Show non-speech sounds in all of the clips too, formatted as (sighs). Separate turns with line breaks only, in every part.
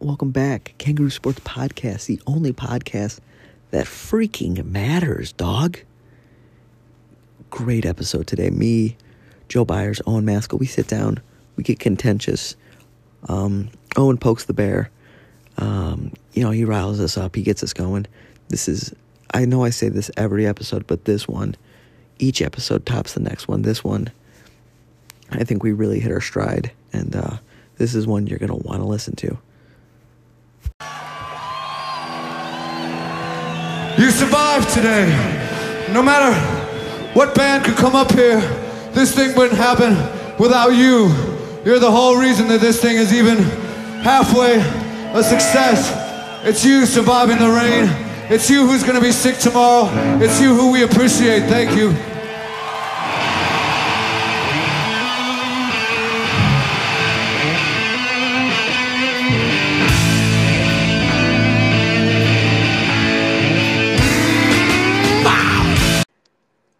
Welcome back, Kangaroo Sports Podcast, the only podcast that freaking matters, dog. Great episode today. Me, Joe Byers, Owen Maskell, we sit down, we get contentious. Um, Owen pokes the bear. Um, you know, he riles us up, he gets us going. This is, I know I say this every episode, but this one, each episode tops the next one. This one, I think we really hit our stride, and uh, this is one you're going to want to listen to.
You survived today. No matter what band could come up here, this thing wouldn't happen without you. You're the whole reason that this thing is even halfway a success. It's you surviving the rain. It's you who's gonna be sick tomorrow. It's you who we appreciate. Thank you.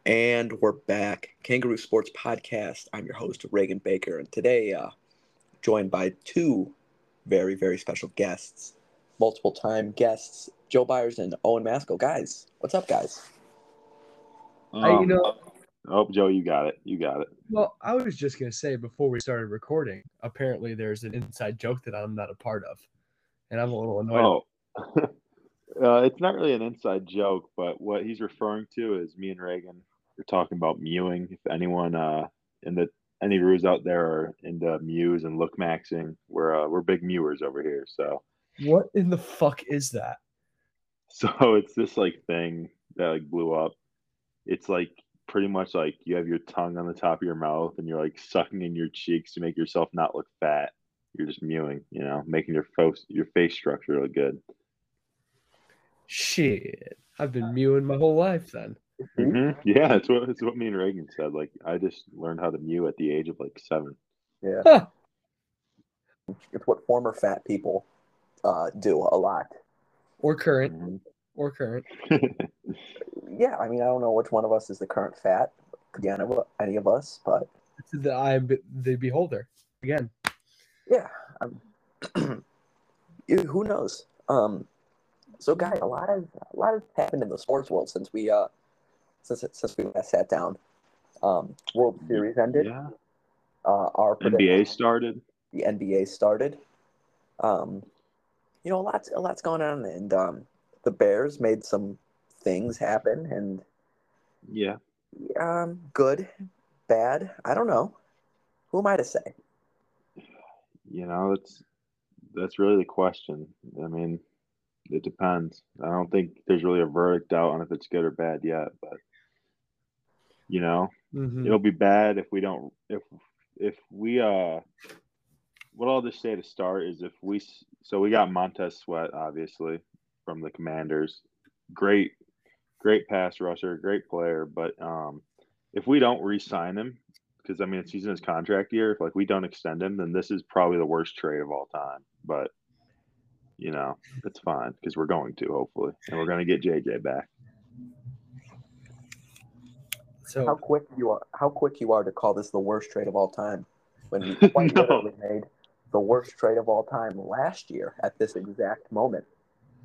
And we're back, Kangaroo Sports Podcast. I'm your host, Reagan Baker, and today, uh, joined by two very, very special guests, multiple time guests, Joe Byers and Owen Maskell. Guys, what's up, guys?
I, you
Um,
know,
oh, Joe, you got it. You got it.
well, I was just gonna say before we started recording, apparently there's an inside joke that I'm not a part of, and I'm a little annoyed.
Oh, (laughs) uh, it's not really an inside joke, but what he's referring to is me and Reagan were talking about mewing. If anyone uh, in the any gurus out there are into mews and look maxing, we're uh, we're big mewers over here. So
What in the fuck is that?
so (laughs) it's this like thing that like blew up. It's like pretty much like you have your tongue on the top of your mouth and you're like sucking in your cheeks to make yourself not look fat. You're just mewing, you know, making your face your face structure look good.
Shit, I've been mewing my whole life. Then
hmm
Mm-hmm.
(laughs) Yeah, that's what that's what me and Reagan said. Like I just learned how to mew at the age of like seven.
Yeah.
Huh.
It's what former fat people uh, do a lot.
or current,
(laughs) Mhm.
or current.
Yeah, I mean, I don't know which one of us is the current fat, could be any of- any of us, but
To The I am be- the beholder again.
yeah um, you- who knows um so guy a lot of a lot has happened in the sports world since we uh since since we last sat down um world series ended
yeah,
uh our
NBA started.
the nba started um you know a lot's a lot's going on and um the bears made some things happen and
Yeah,
um good bad i don't know who am i to say
you know that's that's really the question. I mean, it depends. I don't think there's really a verdict out on if it's good or bad yet, but you know,
Mhm.
it'll be bad if we don't if if we uh what I'll just say to start is if we s- so we got Montez Sweat obviously from the Commanders, great great pass rusher, great player, but um if we don't re-sign him because I mean it's he's in his contract year, if like we don't extend him, then this is probably the worst trade of all time. But you know it's fine because we're going to hopefully, and we're going to get JJ back.
how
So
quick you are how quick you are to call this the worst trade of all time when
(laughs)
we quite
No.
literally made the worst trade of all time last year at this exact moment.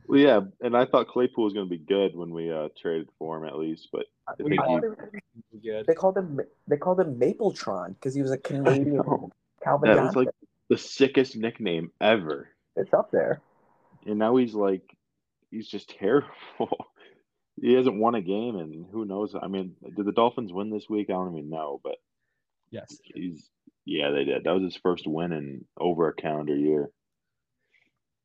Well, yeah, and I thought Claypool was going to be good when we uh, traded for him at least, but I
We
think
all-
he-
Called him-
good.
They called him they called him Mapletron because he was a
I (laughs)
Canadian
know.
Calvin
That was
Johnson.
like the sickest nickname ever.
it's up there.
And now he's like, he's just (laughs) terrible. he hasn't won a game, and who knows? I mean, did the Dolphins win this week? I don't even know, but
Yes.
he's, yeah, they did. That was his first win in over a calendar year.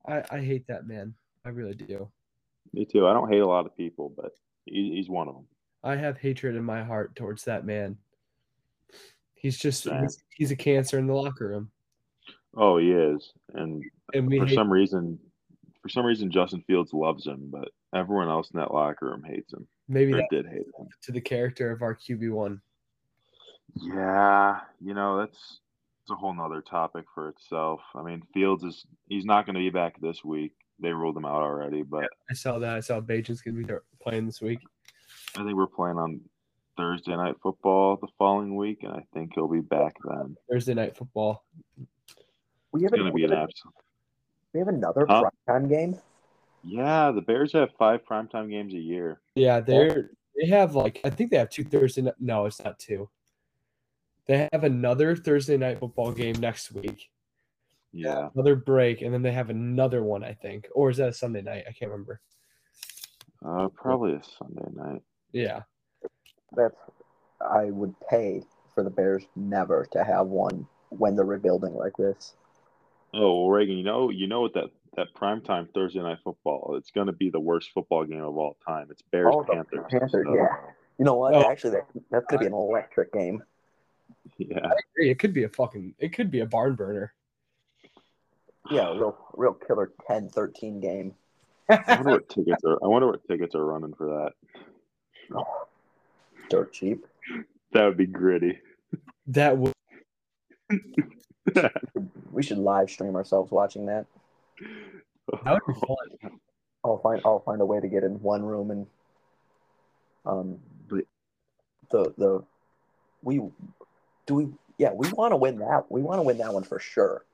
I, I hate that man. I really do.
Me too. I don't hate a lot of people, but he, he's one of them.
I have hatred in my heart towards that man. He's just
Sad.
he's, he's a cancer in the locker room,
Oh, he is. And
and we
for
hate
some reason, for some reason, Justin Fields loves him, but everyone else in that locker room hates him
maybe
or
that
did hate him.
to the character of our QB one.
Yeah, you know, that's it's a whole nother topic for itself. I mean, Fields is he's not going to be back this week. They ruled him out already, but
I saw that. I saw Bajan's gonna be there playing this week.
I think we're playing on Thursday night football the following week, and I think he'll be back then.
Thursday night football.
We
It's
haven't,
going to be
we,
an
haven't,
absolute.
We have another
Huh?
primetime game.
Yeah, the Bears have five primetime games a year.
Yeah, they're they have like I think they have two Thursday. ni- No, it's not two. They have another Thursday night football game next week,
Yeah,
another break, and then they have another one. I think, or is that a Sunday night? I can't remember.
uh, probably a Sunday night.
Yeah,
That's I would pay for the Bears never to have one when they're rebuilding like this.
Oh, well, Reagan, you know, you know what that that primetime Thursday night football? It's going to be the worst football game of all time. It's Bears
Oh, the
Panthers.
Panthers,
so-
yeah. You know what?
No.
Actually, that, that's gonna be an electric game.
yeah.
it could be a fucking it could be a barn burner.
Yeah, a real, real killer 10-13 game.
I wonder what tickets are. I wonder what tickets are running for that.
Dirt cheap.
That would be gritty.
That would
We should live stream ourselves watching that.
that would be fun.
I'll find I'll find a way to get in one room and um
But-
the the we do we yeah we want to win that we want to win that one for sure.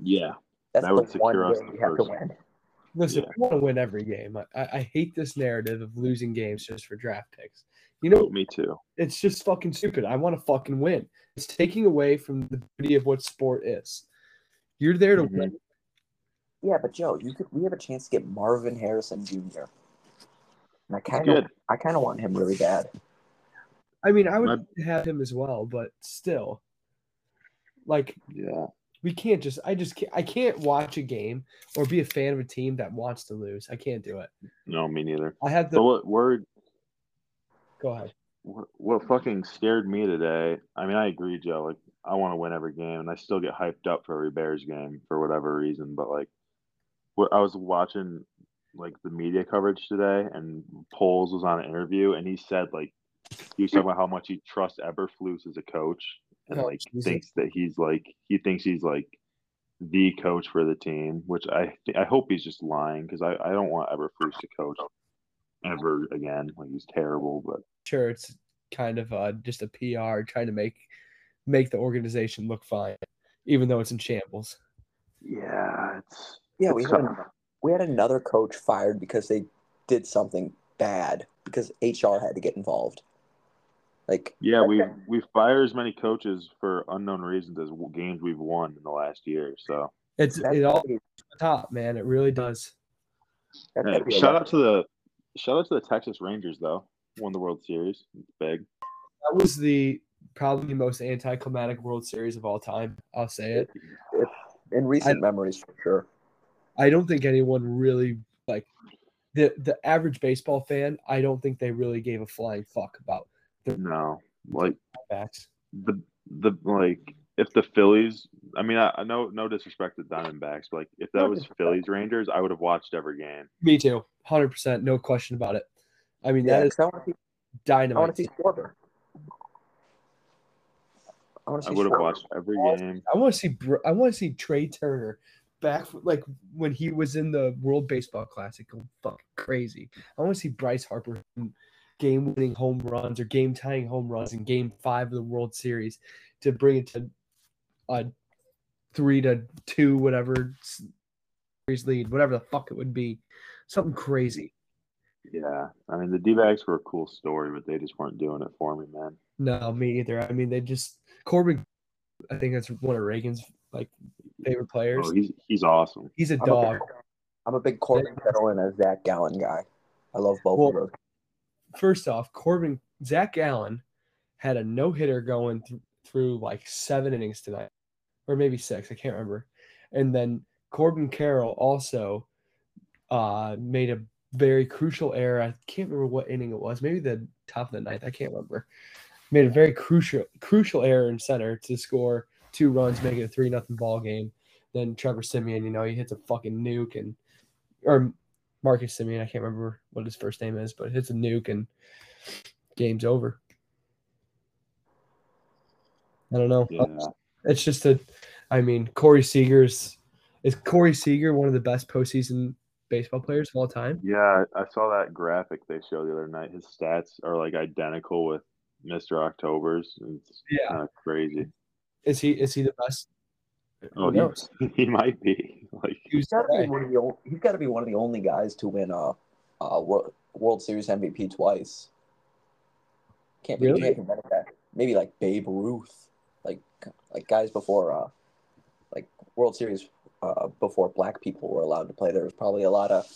yeah,
That's
That would
the one
secure us
game
the
we have to
first.
win.
Listen,
Yeah.
I want to win every game. I, I, I hate this narrative of losing games just for draft picks. You know,
me too.
it's just fucking stupid. I want to fucking win. It's taking away from the beauty of what sport is. You're there to
Mhm.
win.
Yeah, but Joe, you could we have a chance to get Marvin Harrison Jr. And I kind of
Good.
I kind of want him really bad.
I mean, I would
My-
love to have him as well, but still, like
Yeah.
we can't just. I just can't. I can't watch a game or be a fan of a team that wants to lose. I can't do it.
No, me neither.
I have
But
the.
what word?
Go ahead.
What, what fucking scared me today? I mean, I agree, Joe. Like, I want to win every game, and I still get hyped up for every Bears game for whatever reason. But like, where I was watching like the media coverage today, and Poles was on an interview, and he said like he was talking about how much he trusts Eberflus as a coach, and
Oh,
like
Jesus.
thinks that he's like he thinks he's like the coach for the team, which I th- I hope he's just lying because I I don't want Eberflus to coach ever again. Like he's terrible, but.
Sure, it's kind of uh, just a PR trying to make make the organization look fine, even though it's in shambles.
Yeah, it's
Yeah, we
it's
had
tough.
an, we had another coach fired because they did something bad because HR had to get involved. Like
yeah we we fire as many coaches for unknown reasons as w- games we've won in the last year. So
It's
that's
it all
gotta be-
top, man. It really does.
that's
Hey,
gotta be a
shout
lot.
out to the shout out to the Texas Rangers though won the World Series It's big.
That was the probably the most anticlimactic World Series of all time. I'll say it.
in recent memories for sure.
I don't think anyone really like the the average baseball fan. I don't think they really gave a flying fuck about
No, like
facts.
the the like if the Phillies, I mean, I, I no no disrespect to Diamondbacks, but like if that
No
was
disrespect.
Phillies Rangers, I would have watched every game.
Me too, hundred percent, no question about it. I mean,
Yeah,
that is
'cause I want to see I want
dynamite.
to see Schwarber. I want to
I
see
would have
Schwarber.
watched every game.
I want to see Br- I want to see Trey Turner back like when he was in the World Baseball Classic, going fucking crazy. I want to see Bryce Harper game winning home runs or game tying home runs in Game Five of the World Series to bring it to a three to two whatever s- series lead, whatever the fuck it would be, something crazy.
Yeah, I mean the D-backs were a cool story, but they just weren't doing it for me, man.
No, me either. I mean, they just Corbin. I think that's one of Reagan's like favorite players.
Oh, he's he's awesome.
He's a
I'm a
dog.
big, I'm a big Corbin Kettle and a Zach Gallen guy. I love both
Well-
of those.
first off, Corbin Zach Allen had a no hitter going th- through like seven innings tonight, or maybe six. I can't remember. And then Corbin Carroll also uh, made a very crucial error. I can't remember what inning it was. Maybe the top of the ninth. I can't remember. Made a very crucial crucial error in center to score two runs, make it a three nothing ball game. Then Trevor Simeon, you know, he hits a fucking nuke and or Marcus Simeon. I can't remember what his first name is, but hits a nuke and game's over. I don't know.
Yeah,
It's just a, I mean, Corey Seager's is Corey Seager one of the best postseason baseball players of all time?
yeah. I saw that graphic they showed the other night. His stats are like identical with Mister October's. It's
Yeah.
kind of crazy.
Is he is he the best?
Oh,
Who knows?
he, (laughs) he might be. Like
He's got to be one of the ol- he's got to be one of the only guys to win a, a World, World Series MVP twice. Can't be,
Really?
can't be better than that. Maybe like Babe Ruth, like like guys before uh, like World Series uh, before black people were allowed to play. There was probably a lot of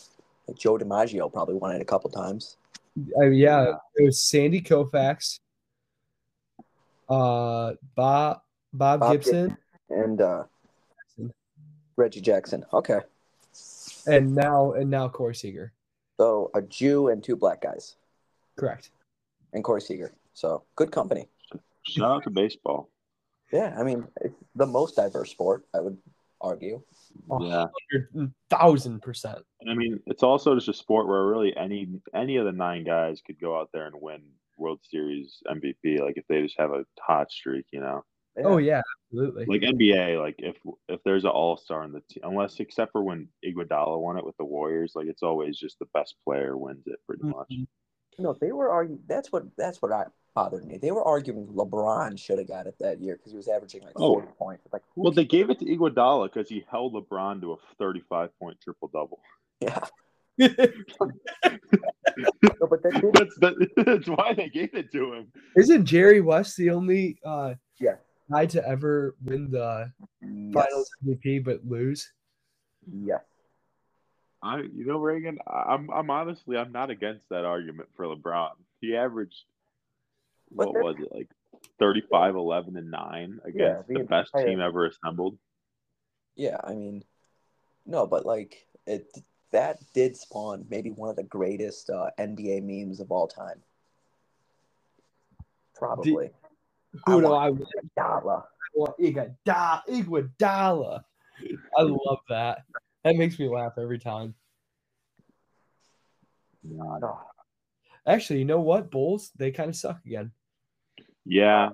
like Joe DiMaggio probably won it a couple times.
I mean, yeah, it was Sandy Koufax, uh, Bob Bob,
Bob
Gibson,
And uh, Reggie Jackson. Okay,
and now and now Corey Seager.
so a Jew and two black guys
Correct.
and Corey Seager. So good company.
shout out to baseball.
Yeah, I mean, it's the most diverse sport, I would argue.
(laughs) Oh.
Yeah.
Thousand percent.
And I mean, it's also just a sport where really any any of the nine guys could go out there and win World Series MVP. Like if they just have a hot streak, you know.
Oh yeah, absolutely. (laughs)
Like NBA, like if if there's an All Star on the team, unless except for when Iguodala won it with the Warriors, like it's always just the best player wins it pretty much.
Mhm.
No, they were arguing. That's what. That's what I bothered me. They were arguing LeBron should have got it that year because he was averaging like
Oh.
forty points. It's Like, who
Well, they gave it to Iguodala because he held LeBron to a 35 point triple double.
(laughs) yeah. No, but that
(laughs)
did.
That's the, (laughs) that's why they gave it to him.
Isn't Jerry West the only uh
Yeah.
guy to ever win the Finals MVP but lose?
Yes.
I, you know, Reagan, I- I'm, I'm honestly, I'm not against that argument for LeBron. He averaged,
But
what
that-
was it, like 35, 11, and 9 against
the
the, best
entire-
team ever assembled.
Yeah. I mean, no, but like it. That did spawn maybe one of the greatest uh, NBA memes of all time. Probably.
Who
I
do
want-
I want?
Dollar.
Iguodala. Iguodala. I love that. That makes me laugh every time.
God.
No.
Actually, you know what? Bulls, they kind of suck again.
Yeah.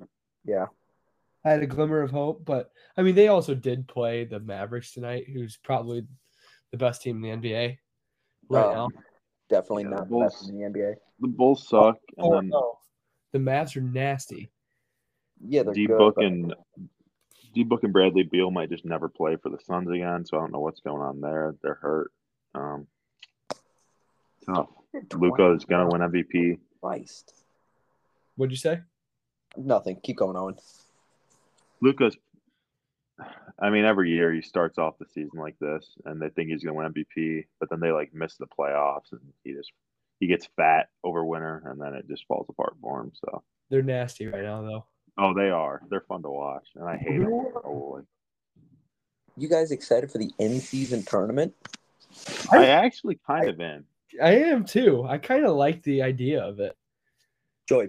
I had a glimmer of hope, but I mean, they also did play the Mavericks tonight, who's probably the best team in the NBA right
Uh,
now.
Definitely
Yeah,
not the
the
best
Bulls-
in the NBA.
The Bulls suck. And
Oh,
then
no. The Mavs are nasty.
Yeah, they're
D
good.
Book
but-
and D Book and Bradley Beal might just never play for the Suns again, so I don't know what's going on there. They're hurt. Um, tough. Luca is gonna win MVP.
Christ.
What'd you say?
Nothing. Keep going, Owen.
Luca's. I mean, every year he starts off the season like this, and they think he's gonna win MVP, but then they like miss the playoffs, and he just he gets fat over winter, and then it just falls apart for him. So,
They're nasty right now, though.
oh, they are. They're fun to watch, and I hate them. Oh, Holy.
You guys excited for the in-season tournament?
I actually kind of am.
I am too. I kind of like the idea of it.
Joy,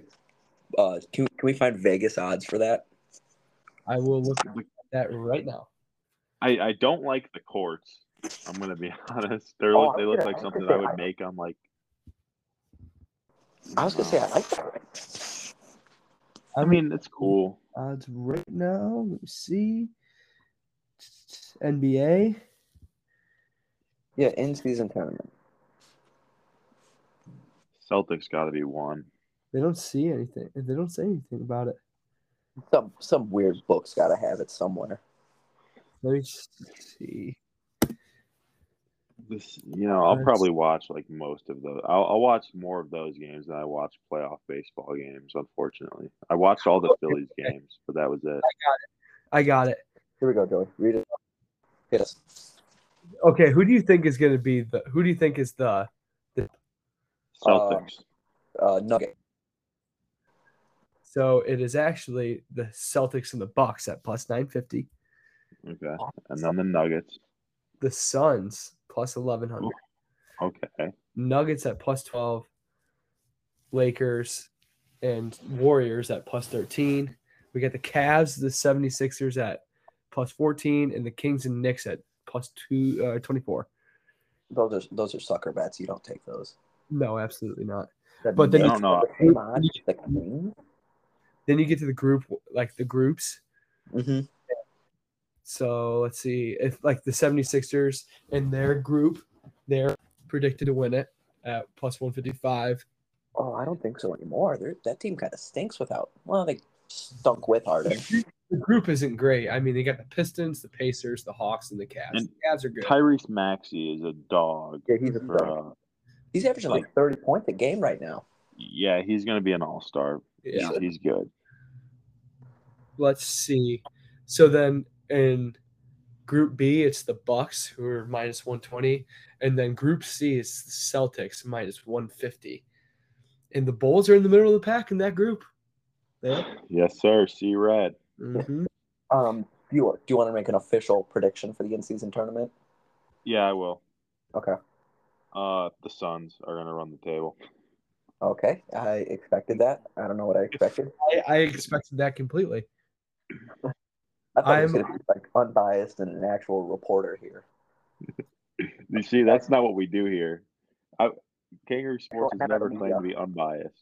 uh, can, can we find Vegas odds for that?
I will look at that right now.
I, I don't like the courts. I'm gonna be (laughs) honest. They
Oh,
look
I
they
was
look
gonna-
like
I was gonna
something I
say,
would make on like.
I was gonna say I like that.
I mean, it's cool.
odds right now. Let me see. NBA.
Yeah, in-season tournament.
Celtics got to be one.
They don't see anything. They don't say anything about it.
Some some weird book's got to have it somewhere.
Let me see.
This, you know, I'll
That's-
probably watch like most of those. I'll, I'll watch more of those games than I watch playoff baseball games. Unfortunately, I watched all the Phillies games, but that was it.
I got it.
Here we go, Joey. Read it. Hit us.
Okay, who do you think is going to be the? Who do you think is the?
Celtics.
Uh, nugget.
So it is actually the Celtics and the Bucks at plus nine fifty.
okay, and then the Nuggets.
The Suns plus eleven hundred.
Okay,
Nuggets at plus twelve. Lakers and Warriors at plus thirteen. We got the Cavs, the 76ers at plus fourteen, and the Kings and Knicks at plus two uh, twenty four.
Those are those are sucker bets. You don't take those.
No, absolutely not.
The
But then-
Knicks
I don't know.
have the same odds Mm-hmm. as the Kings?
Then you get to the group, like the groups.
Mhm.
So let's see if like the 76ers in their group, they're predicted to win it at plus 155.
Oh, I don't think so anymore. They're, that team kind of stinks without. Well, they stunk with Harden.
the group isn't great. I mean, they got the Pistons, the Pacers, the Hawks, and the Cavs.
And
the Cavs are good.
Tyrese Maxey is a dog.
Yeah, he's a
for,
dog.
uh,
He's averaging like 30 points a game right now.
yeah, he's going to be an all star.
yeah.
He's good.
Let's see. So then in Group B, it's the Bucks who are minus 120, and then Group C is the Celtics minus 150. And the Bulls are in the middle of the pack in that group. Yeah.
Yes, sir. See red.
Mhm.
Um, Bueller, do you want to make an official prediction for the in-season tournament?
Yeah, I will.
Okay.
Uh, the Suns are going to run the table.
Okay, I expected that. I don't know what I expected.
I, I expected that completely.
I thought it was
I'm-
going to be like unbiased and an actual reporter here.
You see, that's not what we do here. I, Kangaroo Sports
Well,
has never
yeah.
claimed to be unbiased. (laughs)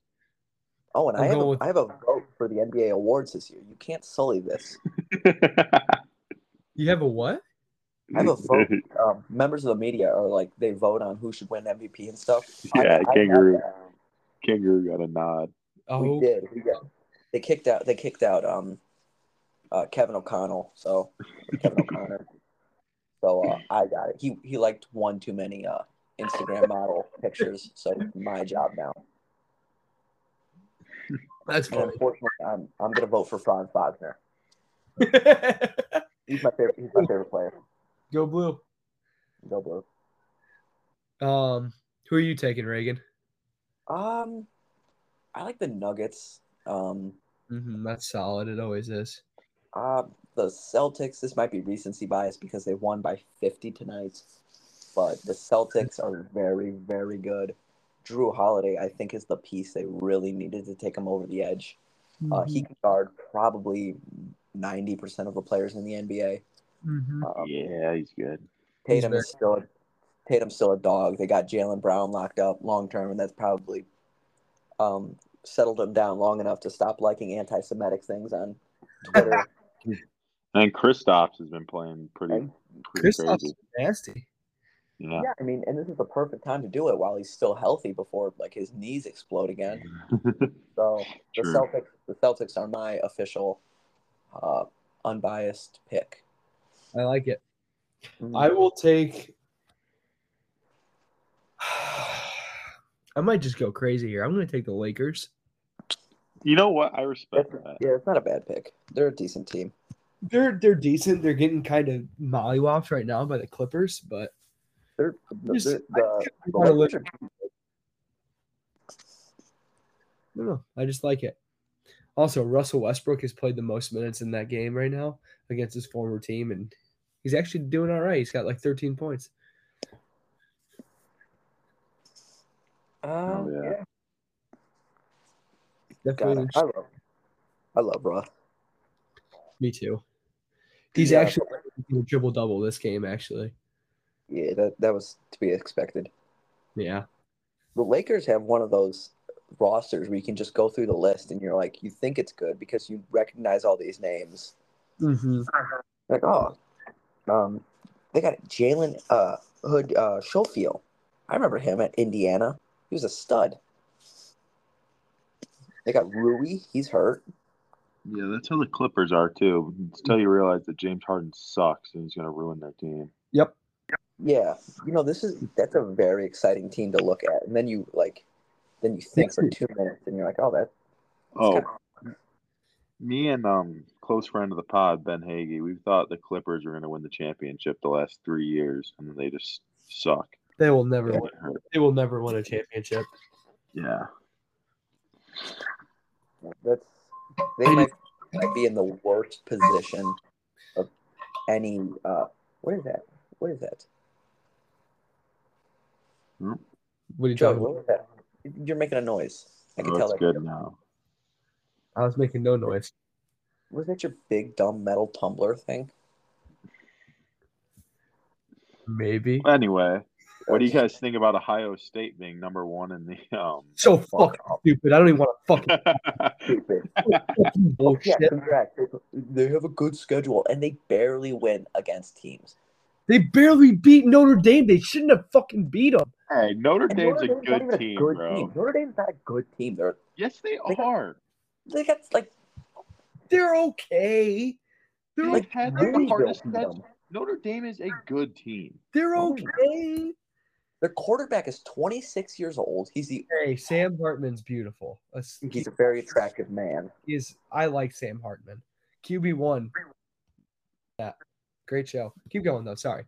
Oh, and
I'm
I have, a,
going with-
I have a vote for the NBA awards this year. You can't sully this.
You have a what?
I have a vote. Um, members of the media are like they vote on who should win MVP and stuff. I-
Yeah,
I got
Kangaroo.
that.
Kangaroo got a nod.
We
Oh,
did. We did. They kicked out. They kicked out. Um, uh, Kevin O'Connell. So Kevin O'Connor. So uh, I got it. He he liked one too many uh, Instagram model pictures. So it's my job now.
that's
And
funny.
unfortunately, I'm I'm gonna vote for Franz Wagner. (laughs) He's my favorite. He's my favorite player.
Go blue.
Go Blue.
Um, who are you taking, Reagan?
Um, I like the Nuggets. Um,
hmm that's solid. It always is.
uh, the Celtics. This might be recency bias because they won by 50 tonight, but the Celtics are very, very good. Drew Holiday, I think, is the piece they really needed to take them over the edge. Uh, he can guard probably 90% of the players in the NBA.
Mhm.
Um,
Yeah, he's good.
He's
Tatum is still Tatum's still a dog. They got Jalen Brown locked up long term, and that's probably um, settled him down long enough to stop liking anti-Semitic things on Twitter.
And Kristaps has been playing pretty,
And
pretty
Kristaps
crazy.
is nasty.
Yeah.
yeah, I mean, and this is the perfect time to do it while he's still healthy before like his knees explode again.
(laughs)
So the
True.
Celtics, the Celtics are my official, uh, unbiased pick. Mm,
I like it. I will take. (sighs) I might just go crazy here. I'm going to take the Lakers.
you know what? I respect
That's-
that.
yeah, it's not a bad pick. They're a decent team.
They're they're decent. They're getting kind of mollywopped right now by the Clippers, but
They're, the,
Just-
the, the,
I,
the
kinda
Lakers
like-
are-
I don't know. I just like it. Also, Russell Westbrook has played the most minutes in that game right now against his former team, and he's actually doing all right. He's got like 13 points.
uh,
Oh, yeah.
yeah. God,
Definitely,
I love, I love Russ.
me too. He's
Yeah.
actually a triple double this game. Actually,
Yeah, that, that was to be expected.
yeah.
The Lakers have one of those rosters where you can just go through the list and you're like, you think it's good because you recognize all these names.
Mm-hmm.
Like, oh, um, they got Jalen uh, Hood uh, Schofield. I remember him at Indiana. He was a stud. They got Rui. He's hurt.
Yeah, that's how the Clippers are too. Until you realize that James Harden sucks and he's going to ruin their team.
Yep.
Yeah, you know this is that's a very exciting team to look at, and then you like, then you think for two minutes, and you're like, oh, that
Oh, me and um close friend of the pod Ben Hagee, we thought the Clippers were going to win the championship the last three years, and then they just suck.
They will never.
Yeah.
Win. They will never win a championship.
yeah.
That's they might might be in the worst position of any. Uh, what is that? What is that?
What are you
Joe,
talking about?
what was that? You're making a noise. I can
Oh,
tell
it's
that.
good now.
I was making no noise.
Was that your big dumb metal tumbler thing?
Maybe.
Anyway, what do you guys think about Ohio State being number one in the um? (laughs)
So fucking stupid. I don't even want to
(laughs)
fucking
Oh, Stupid.
bullshit.
Yeah, congrats. They have a good schedule and they barely win against teams.
They barely beat Notre Dame. They shouldn't have fucking beat them.
hey, Notre
And
Dame's
Notre Dame's
a
not
good
even
team,
good
bro.
team. Notre Dame's not a good team. They're
Yes, they
They got-
are.
they got like
They're okay. They're
Like,
okay.
had
Louisville
the hardest
beat
set.
them.
Notre Dame is a good team.
They're
Oh.
okay.
Their quarterback is 26 years old. He's the
Hey, Sam Hartman's beautiful. Let's-
he's a very attractive man.
He is. I like Sam Hartman. QB one. Yeah, great show. Keep going though. Sorry.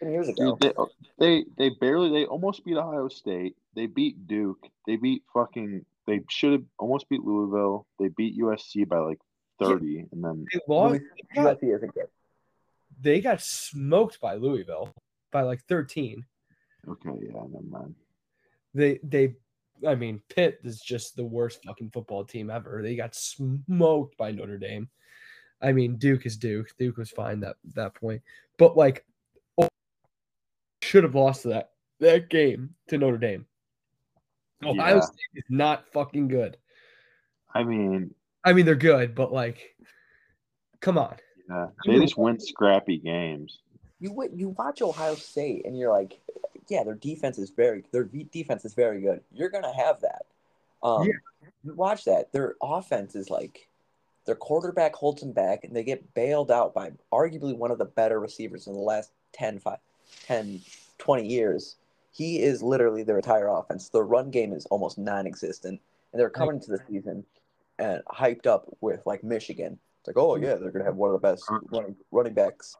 Ten years ago,
Dude, they, they they barely they almost beat Ohio State. They beat Duke. They beat fucking. They should have almost beat Louisville. They beat USC by like thirty, and then
They lost.
Louis-
They got,
USC isn't good.
they got smoked by Louisville by like thirteen.
okay, yeah, never mind.
They they. I mean, Pitt is just the worst fucking football team ever. They got smoked by Notre Dame. I mean, Duke is Duke. Duke was fine that that point, but like, oh, should have lost that that game to Notre Dame. Ohio
Yeah.
State is not fucking good.
I mean,
I mean, they're good, but like, come on.
yeah, they just win scrappy games.
You wa- you watch Ohio State and you're like, yeah, their defense is very their v- defense is very good. You're gonna have that. Um,
Yeah.
You watch that. Their offense is like their quarterback holds them back, and they get bailed out by arguably one of the better receivers in the last 10, fi- 10 20 years. He is literally their entire offense. Their run game is almost non-existent, and they're coming to the season and hyped up with like Michigan. It's like, oh yeah, they're gonna have one of the best running running backs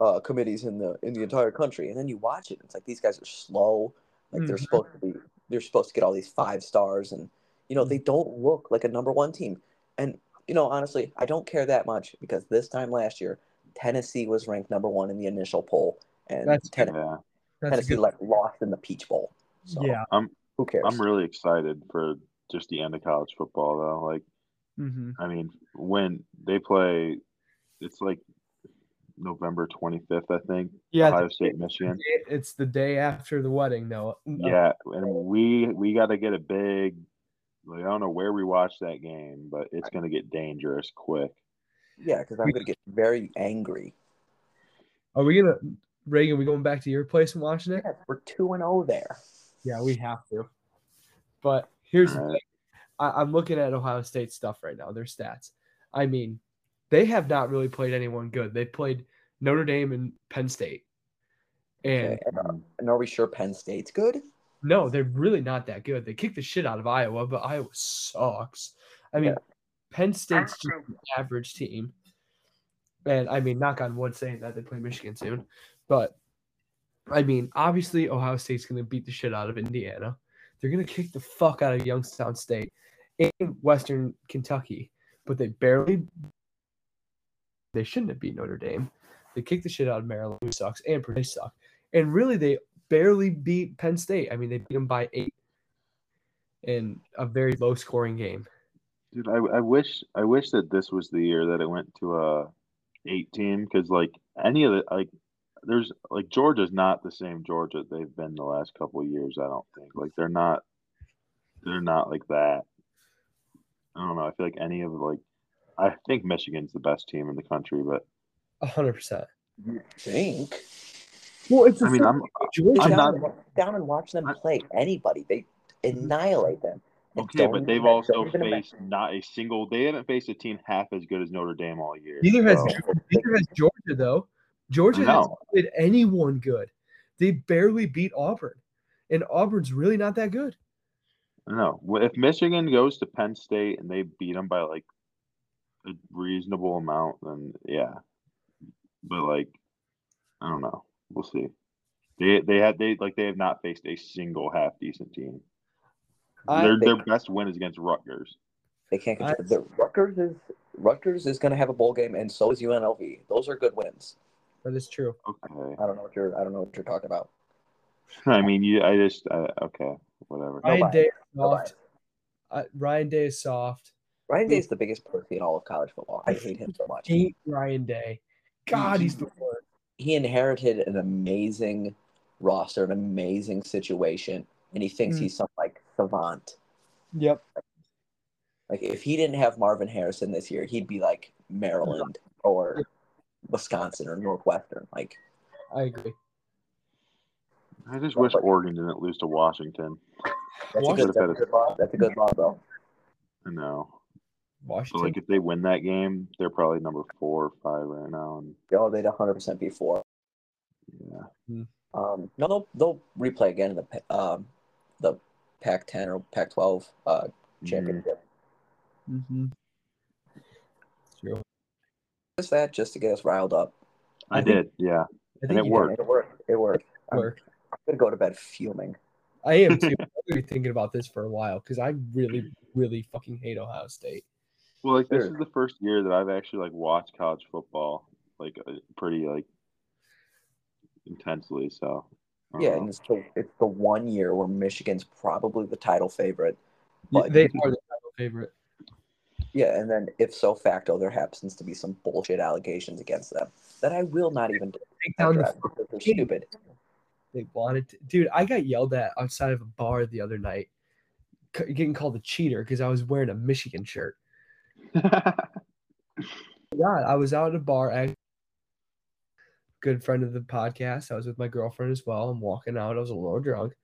uh, committees in the in the entire country. And then you watch it, and it's like these guys are slow. Like they're
Mhm.
supposed to be, they're supposed to get all these five stars, and you know they don't look like a number one team. And you know, honestly, I don't care that much because this time last year, Tennessee was ranked number one in the initial poll, and
That's-
Ten-
Yeah,
That's a
Tennessee
good.
like lost in the Peach Bowl. So
Yeah.
who cares?
I'm really excited for just the end of college football though. Like,
hmm
I mean, when they play, it's like November twenty fifth, I think.
Yeah.
Ohio State, Michigan.
it- It's the day after the wedding, though.
Yeah, and we we got to get a big. Like, I don't know where we watch that game, but it's gonna get dangerous quick.
yeah, because I'm gonna get very angry.
Are we gonna Reagan? We going back to your place and watching it?
Yeah, we're two and zero there.
Yeah, we have to. But here's the
Alright.
thing. I, I'm looking at Ohio State stuff right now. Their stats. I mean, they have not really played anyone good. They played Notre Dame and Penn State, and
Okay, and, uh, and are we sure Penn State's good?
No, they're really not that good. They kick the shit out of Iowa, but Iowa sucks. I mean,
Yeah.
Penn State's just an average team. And I mean, knock on wood saying that they play Michigan soon. But I mean, obviously, Ohio State's going to beat the shit out of Indiana. They're going to kick the fuck out of Youngstown State in Western Kentucky, but they barely, they shouldn't have beat Notre Dame. They kicked the shit out of Maryland, who sucks, and Purdue suck. And really, they barely beat Penn State. I mean, they beat them by eight in a very low scoring game.
Dude, I, I wish I wish that this was the year that it went to a eighteen because like any of the like there's like Georgia's not the same Georgia they've been the last couple of years. I don't think like they're not they're not like that. I don't know. I feel like any of like I think Michigan's the best team in the country, but
A hundred percent.
Think.
Well, it's
I mean I'm
Sit
I'm
down,
not-
and, wa- sit down and watch them
I-
play anybody. They annihilate them. And
okay,
don't
but they've
even-
also
don't even imagine-
faced not a single they haven't faced a team half as good as Notre Dame all year.
neither has
so-
neither has Georgia though. Georgia hasn't
No.
played anyone good. They barely beat Auburn, and Auburn's really not that good.
No, Well, if Michigan goes to Penn State and they beat them by like a reasonable amount, then yeah. But like, I don't know. We'll see. They they had they like they have not faced a single half decent team.
I-
their their best win is against Rutgers.
They can't
I-
control. the Rutgers is Rutgers is going to have a bowl game, and so is UNLV. Those are good wins.
That is true.
Okay, (laughs)
I don't know what you're. I don't know what you're talking about.
I mean you. I just uh, okay, whatever.
No
Ryan
bias.
Day is
No
soft. Uh, Ryan Day is soft.
Ryan Day is the biggest pussy in all of college football. I hate him so much.
Hate Ryan Day. God, he's the worst.
He inherited an amazing roster, an amazing situation, and he thinks
Mm.
he's some like savant.
Yep.
Like if he didn't have Marvin Harrison this year, he'd be like Maryland or Wisconsin or Northwestern. Like
I agree.
I just wish Oregon didn't lose to Washington.
that's a
Washington-
good, that's a good loss. That's a good loss, though.
I know. So,
Washington.
like, if they win that game, they're probably number four or five right now. And
Oh, they'd 100% be four.
yeah,
Um, no, they'll, they'll replay again in the Pa- um, the Pac-10 or Pac-12 uh,
Mhm.
championship.
mm-hmm. True.
Just that, just to get us riled up.
I,
I think-
did. Yeah,
I
and
think
it
you
worked.
It worked. It worked.
did work.
I'm gonna go to bed fuming.
I am too. (laughs) I'm gonna be thinking about this for a while because I really, really fucking hate Ohio State.
Well, like this
Sure.
is the first year that I've actually like watched college football like uh, pretty like intensely. So I don't
Yeah,
know. (laughs)
and it's the, it's the one year where Michigan's probably the title favorite. But-
they are the title favorite.
Yeah, and then if so facto, there happens to be some bullshit allegations against them that I will not even
Take down
after
the
I- because they're stupid.
They wanted to, dude. I got yelled at outside of a bar the other night, c- getting called a cheater because I was wearing a Michigan shirt.
(laughs)
God, I was out at a bar. I, good friend of the podcast. I was with my girlfriend as well. I'm walking out. I was a little drunk,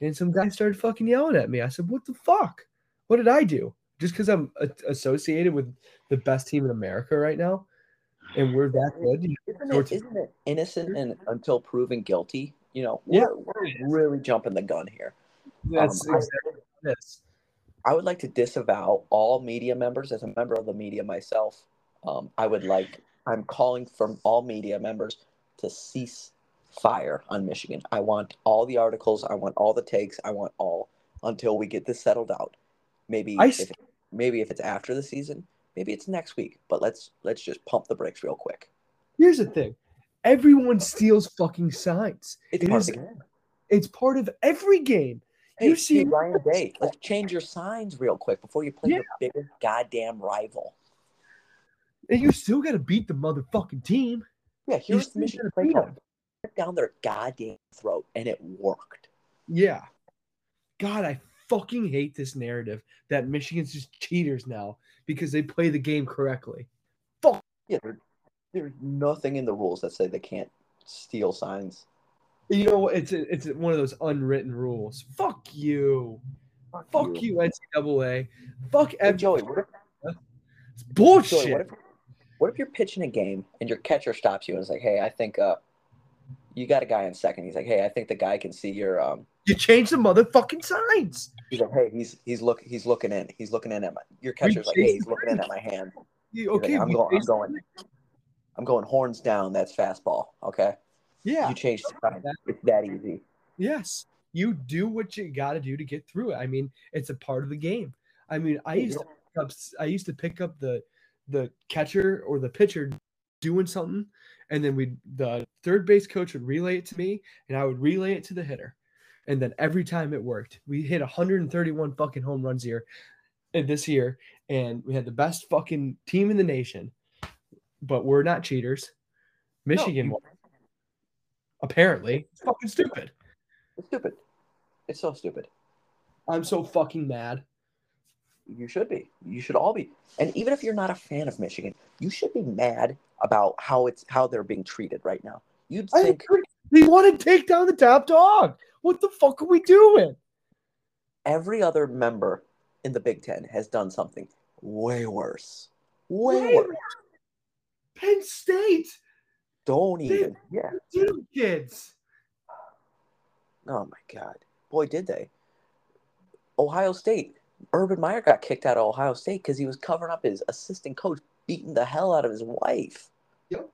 and some guy started fucking yelling at me. I said, "What the fuck? What did I do? Just because I'm a- associated with the best team in America right now, and we're that good?
Isn't
So it's-
it, isn't it innocent and until proven guilty? You know,
Yeah,
we're, we're really jumping the gun here.
(sighs) That's
Um, I-
exactly this.
I would like to disavow all media members. As a member of the media myself, um, I would like, I'm calling from all media members to cease fire on Michigan. I want all the articles, I want all the takes, I want all until we get this settled out. Maybe
I
if,
s-
maybe if it's after the season, maybe it's next week, but let's let's just pump the brakes real quick.
Here's the thing: everyone steals fucking signs.
It's
It
part
is-
of the game.
It's part of every game.
Hey,
you see-
hey, Ryan
(laughs)
Day, let's change your signs real quick before you play your bigger goddamn rival.
And you still gotta beat the motherfucking team.
Yeah,
You
here's
still
Michigan
gotta
play
beat
call.
'em.
down their goddamn throat, and it worked.
Yeah. God, I fucking hate this narrative that Michigan's just (laughs) cheaters now because they play the game correctly.
Yeah, there, there's nothing in the rules that say they can't steal signs.
And you know what? It's a, it's one of those unwritten rules. Fuck you. Fuck, you. NCAA. Fuck
Hey,
every
Joey, what if,
it's
Joey, what
bullshit.
if what if you're pitching a game and your catcher stops you and is like, "Hey, I think uh, you got a guy in second. He's like, "Hey, I think the guy can see your um."
You change the motherfucking signs.
He's like, "Hey, he's he's look he's looking in. He's looking in at my your catcher's like, hey, he's looking in at my hand.
You-
You're like,
okay,
I'm
we
going- I'm
changed the
going.
signs.
I'm going horns down. That's fastball. Okay,
Yeah.
you change the sign. It's that easy.
Yes. You do what you got to do to get through it. I mean, it's a part of the game. I mean, I used to pick up, I used to pick up the the catcher or the pitcher doing something and then we the third base coach would relay it to me and I would relay it to the hitter. And then every time it worked. We hit 131 fucking home runs here uh, this year and we had the best fucking team in the nation. But we're not cheaters. Michigan
No,
was, apparently. It's fucking stupid.
it's stupid. It's so stupid.
I'm so fucking mad.
You should be. You should all be. And even if you're not a fan of Michigan, you should be mad about how it's how they're being treated right now. You'd
I
think
agree. They want to take down the top dog. What the fuck are we doing?
every other member in the Big Ten has done something way worse. Way,
Way
worse.
Penn State,
Don't even. Yeah.
dude, kids.
Oh my God. Boy, did they. Ohio State. Urban Meyer got kicked out of Ohio State because he was covering up his assistant coach beating the hell out of his wife.
Yep.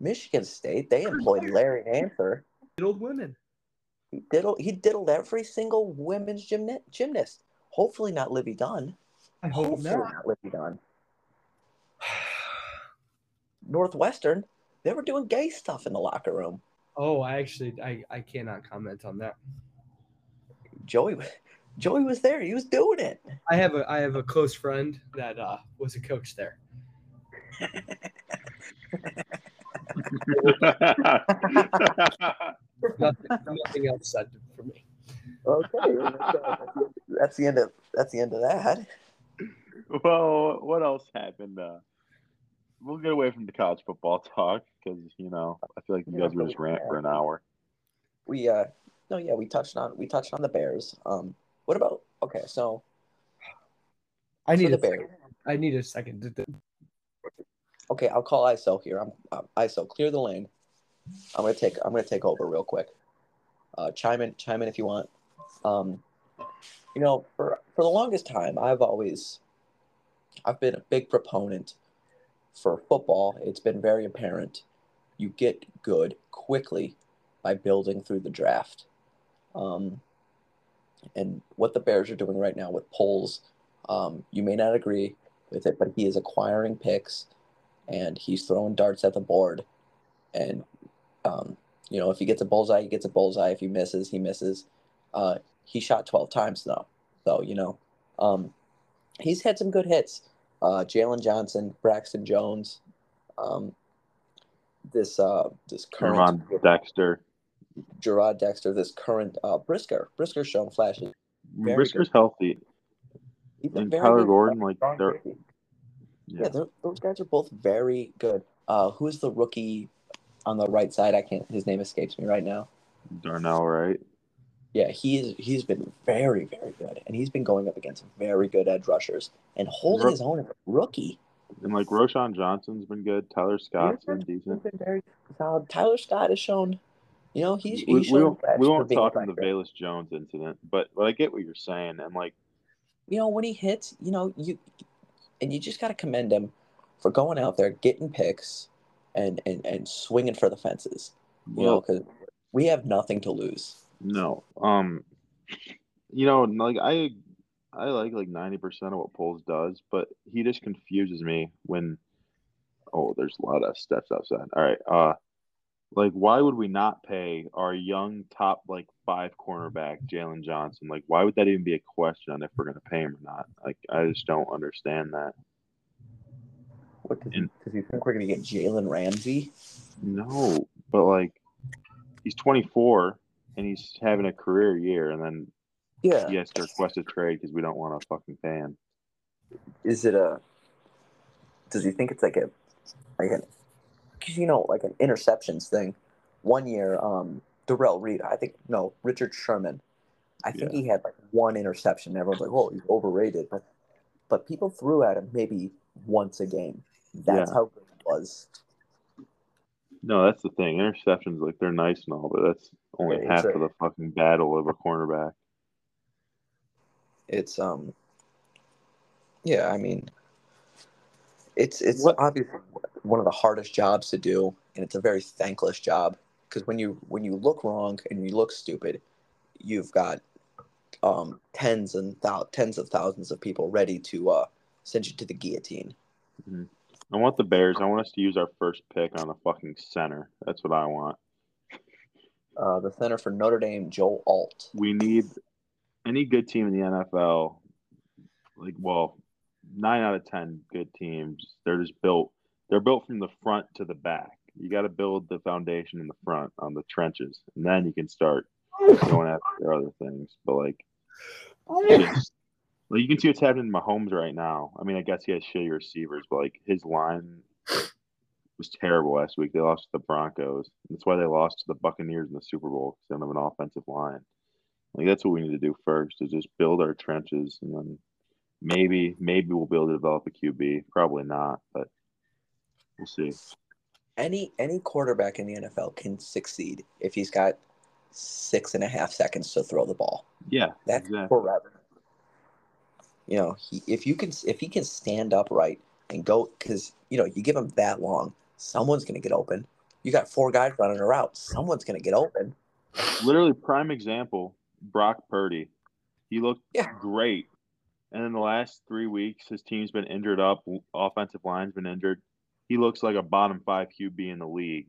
Michigan State, they employed Larry Nanther.
Good old women.
He diddled, he diddled every single women's gymna- gymnast. Hopefully not Livy Dunn.
I hope
Hopefully
not.
not Livy Dunn. (sighs) Northwestern, they were doing gay stuff in the locker room.
Oh, I actually, I, I cannot comment on that.
Joey, (laughs) Joey was there. He was doing it.
I have a, I have a close friend that uh, was a coach there.
(laughs)
Nothing, nothing else said for me.
Okay, that's the end of that's the end of that.
well, what else happened? Uh, we'll get away from the college football talk because you know I feel like you guys were just rant for an hour.
We uh, no, yeah, we touched on we touched on the Bears. Um, what about okay? So
I need
the
a
Bears.
second. I need a second. Th- th-
Okay, I'll call ISO here. I'm, i ISO. Clear the lane. I'm gonna take. I'm gonna take over real quick. Uh, chime in. Chime in if you want. Um, you know, for for the longest time, I've always, I've been a big proponent for football. It's been very apparent. You get good quickly by building through the draft. Um, and what the Bears are doing right now with polls, um, you may not agree with it, but he is acquiring picks and he's throwing darts at the board. And um, you know, if he gets a bullseye, he gets a bullseye. If he misses, he misses. Uh, he shot 12 times though, so you know, um, he's had some good hits. Uh, Jalen Johnson, Braxton Jones, um, this uh, this current
Herman Dexter.
Gerard Dexter, this current uh, Brisker. Brisker's shown flashes. Very
Brisker's healthy.
He's a
And
very
Tyler
good-
Gordon, like
strong
they're
safety.
yeah.
Yeah, they're- those guys are both very good. Uh, who's the rookie on the right side? I can't. His name escapes me right now.
Darnell, right?
Yeah, he's he's been very very good, and he's been going up against very good edge rushers and holding
Rook-
his own as a rookie.
And like Roshan Johnson's been good. Tyler Scott's been
He's
decent.
been very solid. Tyler Scott has shown, you know, he's
we,
he's
we
shown
won't,
flashes
we
for
won't
being a
talk on the
factor.
Valus Jones incident, but but I get what you're saying, and like
you know, when he hits, you know, you and you just got to commend him for going out there, getting picks, and and and swinging for the fences. You know,
well,
'cause we have nothing to lose.
no, um, you know, and, like I I like like ninety percent of what Poles does, but he just confuses me when oh, there's a lot of steps outside. All right, uh, like why would we not pay our young top like five cornerback Jalen Johnson? Like why would that even be a question on if we're gonna pay him or not? Like I just don't understand that.
What does,
And-
does he think we're gonna get Jalen Ramsey?
No, but like he's 24 and he's having a career year, and then
Yeah.
he has to request a trade because we don't want to fucking pay him.
Is it a? Does he think it's like a, like an, cause you know, like an interceptions thing? One year, um, Darrell Reed, I think no, Richard Sherman, I think he had like one interception. and Everyone's like, oh, he's overrated, but but people threw at him maybe once a game. That's
Yeah.
how good he was.
No, that's the thing. Interceptions, like they're nice and all, but that's only
Yeah,
half
it's
of the fucking battle of a cornerback.
It's um, yeah, I mean, it's it's
What-
obviously one of the hardest jobs to do, and it's a very thankless job because when you when you look wrong and you look stupid, you've got um tens and thou- tens of thousands of people ready to uh send you to the guillotine.
I want the Bears. I want us to use our first pick on a fucking center. That's what I want.
Uh, the center for Notre Dame, Joel Alt.
We need any good team in the NFL. Like, well, nine out of ten good teams, they're just built. They're built from the front to the back. You got to build the foundation in the front on the trenches, and then you can start going after other things. But like, just- like you can see what's happening to Mahomes right now. I mean, I guess he has shitty receivers, but like his line was terrible last week. They lost to the Broncos. That's why they lost to the Buccaneers in the Super Bowl because they don't have an offensive line. Like that's what we need to do first is just build our trenches, and then maybe maybe we'll be able to develop a QB. Probably not, but we'll see.
any any quarterback in the NFL can succeed if he's got six and a half seconds to throw the ball.
Yeah,
That's
exactly.
forever. You know, he, if you can if he can stand upright and go because you know you give him that long, someone's gonna get open. You got four guys running a route, someone's gonna get open.
Literally prime example. Brock Purdy, he looked
Yeah.
great, and in the last three weeks, his team's been injured up. Offensive line's been injured. He looks like a bottom five QB in the league.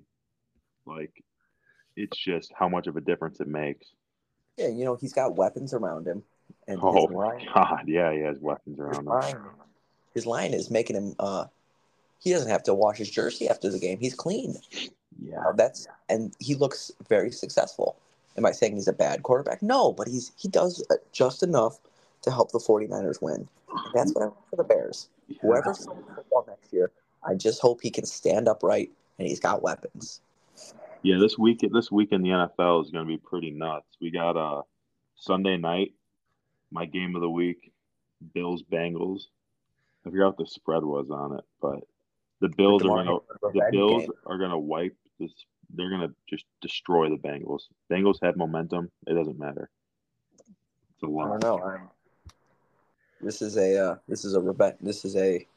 Like, it's just how much of a difference it makes.
Yeah, you know he's got weapons around him, and
Oh
his line,
God, yeah, he has weapons
his
around him.
line, his line is making him. uh He doesn't have to wash his jersey after the game. He's clean.
Yeah,
Uh, that's and he looks very successful. Am I saying he's a bad quarterback? No, but he's he does uh, just enough to help the 49ers win. And that's what I want for the Bears. Whoever's playing football next year, I just hope he can stand upright and he's got weapons.
Yeah, this week this week in the NFL is going to be pretty nuts. We got uh Sunday night, my game of the week, Bills Bengals. I forgot what the spread was on it, but the Bills are going
DeMar
to
Hamlin's a
the
red
Bills
game.
are going to wipe this. They're going to just destroy the Bengals. Bengals have momentum. It doesn't matter. It's a
I
lot.
don't know. I'm, this is a uh, this is a revenge. This is a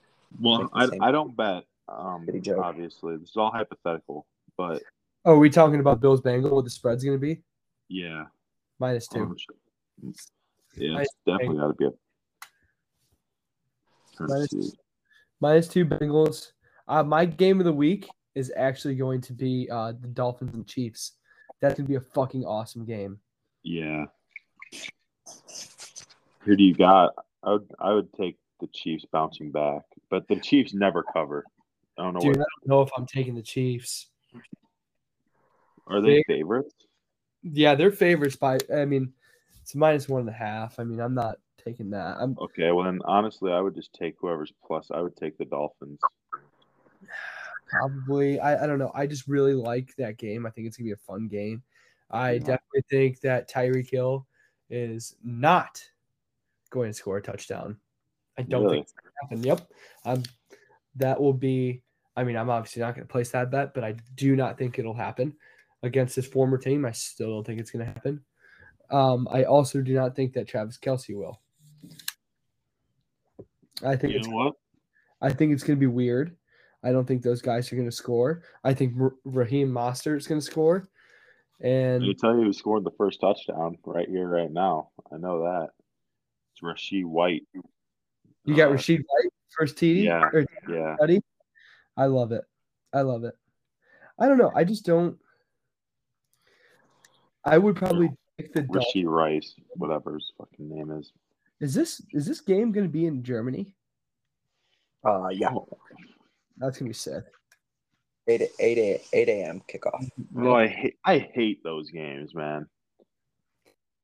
Well,
Make the
I,
same-
I don't bet. Um,
Pretty joke.
obviously, this is all hypothetical, but
Oh, are we talking about Bills Bengal? What the spread's going to be?
yeah,
Minus two.
um, yeah,
I
it's definitely got to be a. Let's
Minus-
see.
Minus two Bengals. Uh, my game of the week is actually going to be uh, the Dolphins and Chiefs. That's going to be a fucking awesome game.
Yeah. Who do you got? I would, I would take the Chiefs bouncing back, but the Chiefs never cover. I don't know
Dude, I
what
don't know if I'm taking the Chiefs.
are they favorites.
Yeah, they're favorites by, I mean, it's minus one and a half. I mean, I'm not taking that. I'm
Okay, well then honestly, I would just take whoever's plus. I would take the Dolphins.
probably, I, I don't know. I just really like that game. I think it's going to be a fun game. I
Yeah.
definitely think that Tyreek Hill is not going to score a touchdown. I don't
Really?
think it's going to happen. Yep. Um, that will be, I mean, I'm obviously not going to place that bet, but I do not think it'll happen against his former team. I still don't think it's going to happen. Um, I also do not think that Travis Kelsey will. I think
You
it's
know what?
I think it's going to be weird. I don't think those guys are going to score. I think R- Raheem Mostert is going to score.
I
And
can tell you who scored the first touchdown right here, right now. I know that. It's Rasheed White.
you got
Uh,
Rasheed White, first TD.
Yeah.
or
Yeah.
buddy. I love it. I love it. I don't know. I just don't. I would probably pick the Dolphins.
Rasheed Rice, whatever his fucking name is.
Is this is this game going to be in Germany?
uh, yeah
That's going to be sick.
eight a- eight a, eight a.m. kickoff.
Well, I hate I hate those games, man.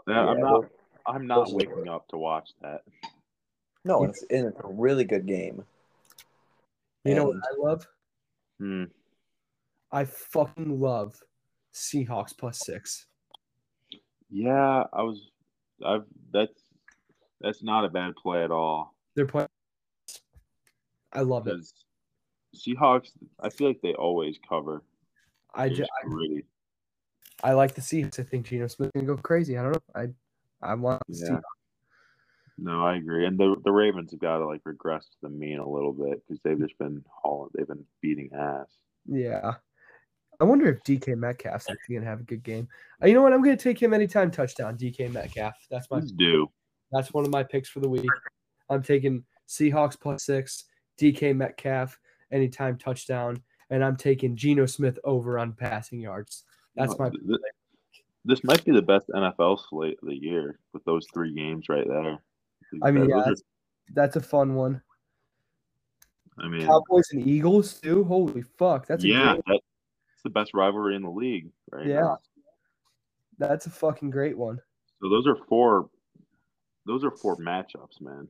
That- I'm
Yeah,
not I'm not
those are-
waking up to watch that.
No, and it's, and it's a really good game.
You know what
And-
I love?
Hmm.
I fucking love Seahawks plus six.
Yeah, I was. I've that's that's not a bad play at all.
They're playing. I love it.
Because Seahawks, I feel like they always cover.
I, ju-
It's gritty.
I like the Seahawks. I think Geno Smith can go crazy. I don't know. I I want the
Yeah.
Seahawks.
No, I agree. And the the Ravens have got to like regress to the mean a little bit because they've just been hauling. They've been beating ass.
Yeah. I wonder if DK Metcalf's actually gonna have a good game. Uh, You know what? I'm gonna take him anytime touchdown. DK Metcalf. That's my
Please do.
that's one of my picks for the week. I'm taking Seahawks plus six, DK Metcalf anytime touchdown, and I'm taking Geno Smith over on passing yards. That's
No,
my
th- This might be the best NFL slate of the year with those three games right there.
I mean,
Those
yeah,
are-
that's, that's a fun one.
I mean,
Cowboys and Eagles too. Holy fuck, that's a
yeah,
great,
that's the best rivalry in the league right
Yeah.
now.
that's a fucking great one.
So those are four. Those are four matchups, man.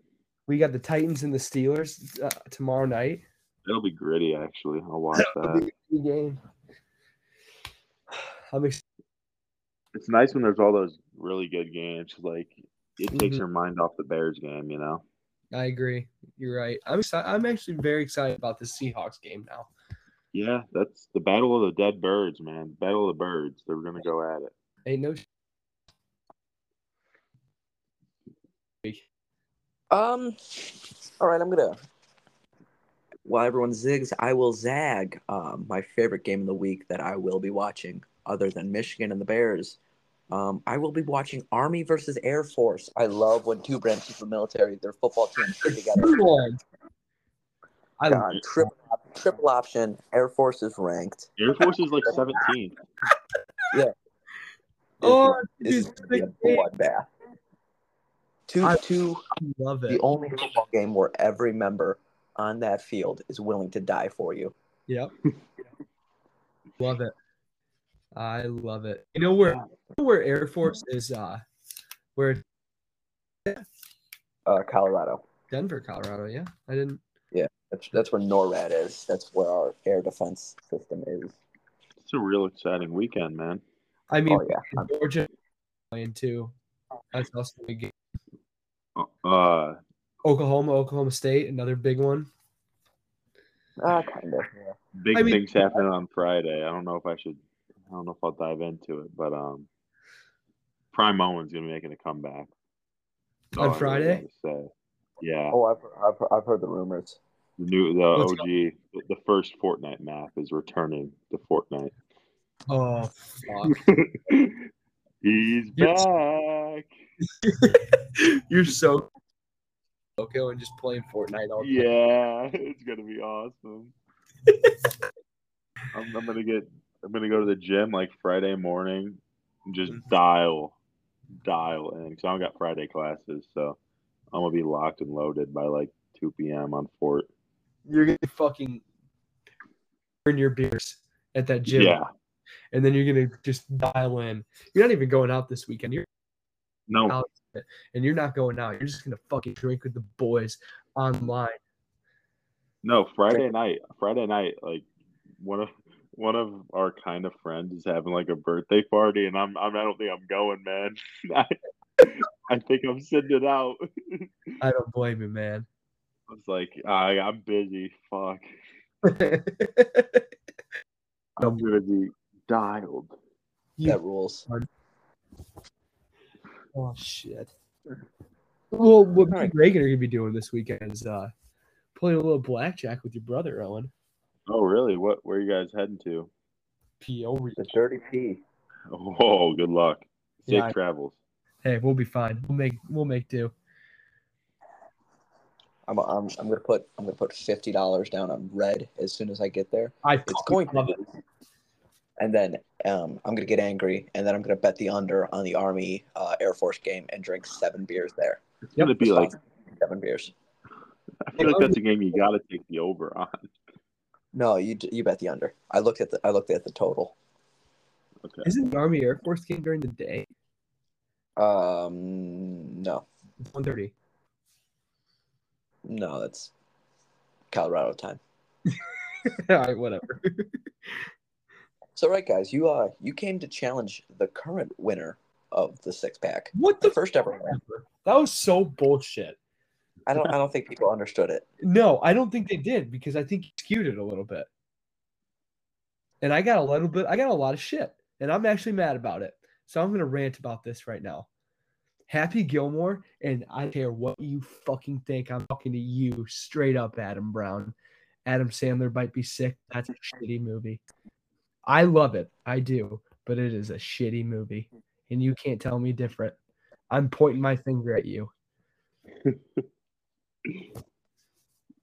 We got the Titans and the Steelers uh, tomorrow night.
It'll be gritty, actually. I'll watch
Uh,
It'll
that.
be a good game. (sighs) I'm ex-
It's nice when there's all those really good games. Like it
Mm-hmm.
takes your mind off the Bears game, you know.
I agree. You're right. I'm excited. I'm actually very excited about the Seahawks game now.
Yeah, that's the battle of the dead birds, man. Battle of the birds. They're gonna go at it.
Ain't no. sh-
Um, all right, I'm gonna. While everyone zigs, I will zag. Um, my favorite game of the week that I will be watching, other than Michigan and the Bears, um, I will be watching Army versus Air Force. I love when two branches of the military, their football teams, get together.
Come on. I (laughs)
God, triple, op- triple option. Air Force is ranked.
Air Force is like 17.
oh,
This is
dude,
gonna be a
big
bloodbath. Two,
I-
two.
game. love
The
it.
only football game where every member on that field is willing to die for you. (laughs)
Yep. love it. I love it. You know where you know where Air Force is? Uh, where
Uh, Colorado.
Denver, Colorado. Yeah, I didn't.
That's that's where NORAD is. That's where our air defense system is.
It's a real exciting weekend, man.
I mean,
Oh yeah, I'm
Georgia playing too. That's also a big game.
Uh,
Oklahoma, Oklahoma State, another big one. uh,
Ah, kind of. Yeah.
Big
I mean-
things happening on Friday. I don't know if I should. I don't know if I'll dive into it, but um, Prime Owen's gonna be making a comeback That's all
On
I really
Friday?
gotta say. Yeah,
Oh, I've, I've, I've heard the rumors.
the new the
Let's
OG, the- the first Fortnite map is returning to Fortnite. (laughs)
Oh, fuck.
He's
Yes.
back.
(laughs) You're so okay and just playing Fortnite all day.
Yeah, (laughs) it's gonna be
(laughs)
awesome. I'm, I'm gonna get. I'm gonna go to the gym like Friday morning, and just
Mm-hmm.
dial, dial in. Cause I don't got Friday classes, so I'm gonna be locked and loaded by like 2 p.m. on Fort.
You're gonna (laughs) fucking burn your beers at that gym,
Yeah.
and then you're gonna just dial in. You're not even going out this weekend. You're
No.
I'll- and you're not going out. You're just gonna fucking drink with the boys online.
No. Friday night. Friday night. Like one of one of our kind of friends is having like a birthday party, and I'm. I'm I don't think I'm going, man. (laughs) I, I think I'm sitting it out.
I don't blame you, man. (laughs)
I was like, I, I'm busy. Fuck. I'm gonna be dialed.
Yeah.
That rules.
oh shit. Well, what me
All right.
and Reagan are gonna be doing this weekend is uh, playing a little blackjack with your brother Owen.
Oh, really? What? Where are you guys heading to?
Peoria.
The dirty P.
Oh, good luck. Safe
Yeah.
travels.
Hey, we'll be fine. We'll make we'll make do.
I'm, I'm, I'm gonna put I'm gonna put fifty dollars down on red as soon as I get there.
I
It's
fucking
going to. be- And then um, I'm gonna get angry, and then I'm gonna bet the under on the Army uh, Air Force game and drink seven beers there.
It's gonna be like.
seven beers.
I feel like that's a game you gotta take the over on. (laughs)
No, you d- you bet the under. I looked at the I looked at the total.
Okay.
Isn't the Army Air Force game during the day?
Um, no,
It's one thirty.
no, that's Colorado time.
(laughs) All right, whatever.
So right, guys, you uh you came to challenge the current winner of the six pack,
What
the
the?
first ever winner.
F- that was so bullshit.
I don't I don't think people understood it.
No, I don't think they did because I think you skewed it a little bit. And I got a little bit. I got a lot of shit, and I'm actually mad about it. So I'm gonna rant about this right now. Happy Gilmore, and I don't care what you fucking think. I'm talking to you straight up, Adam Brown. Adam Sandler might be sick. That's a shitty movie. I love it. I do, but it is a shitty movie, and you can't tell me different. I'm pointing my finger at you.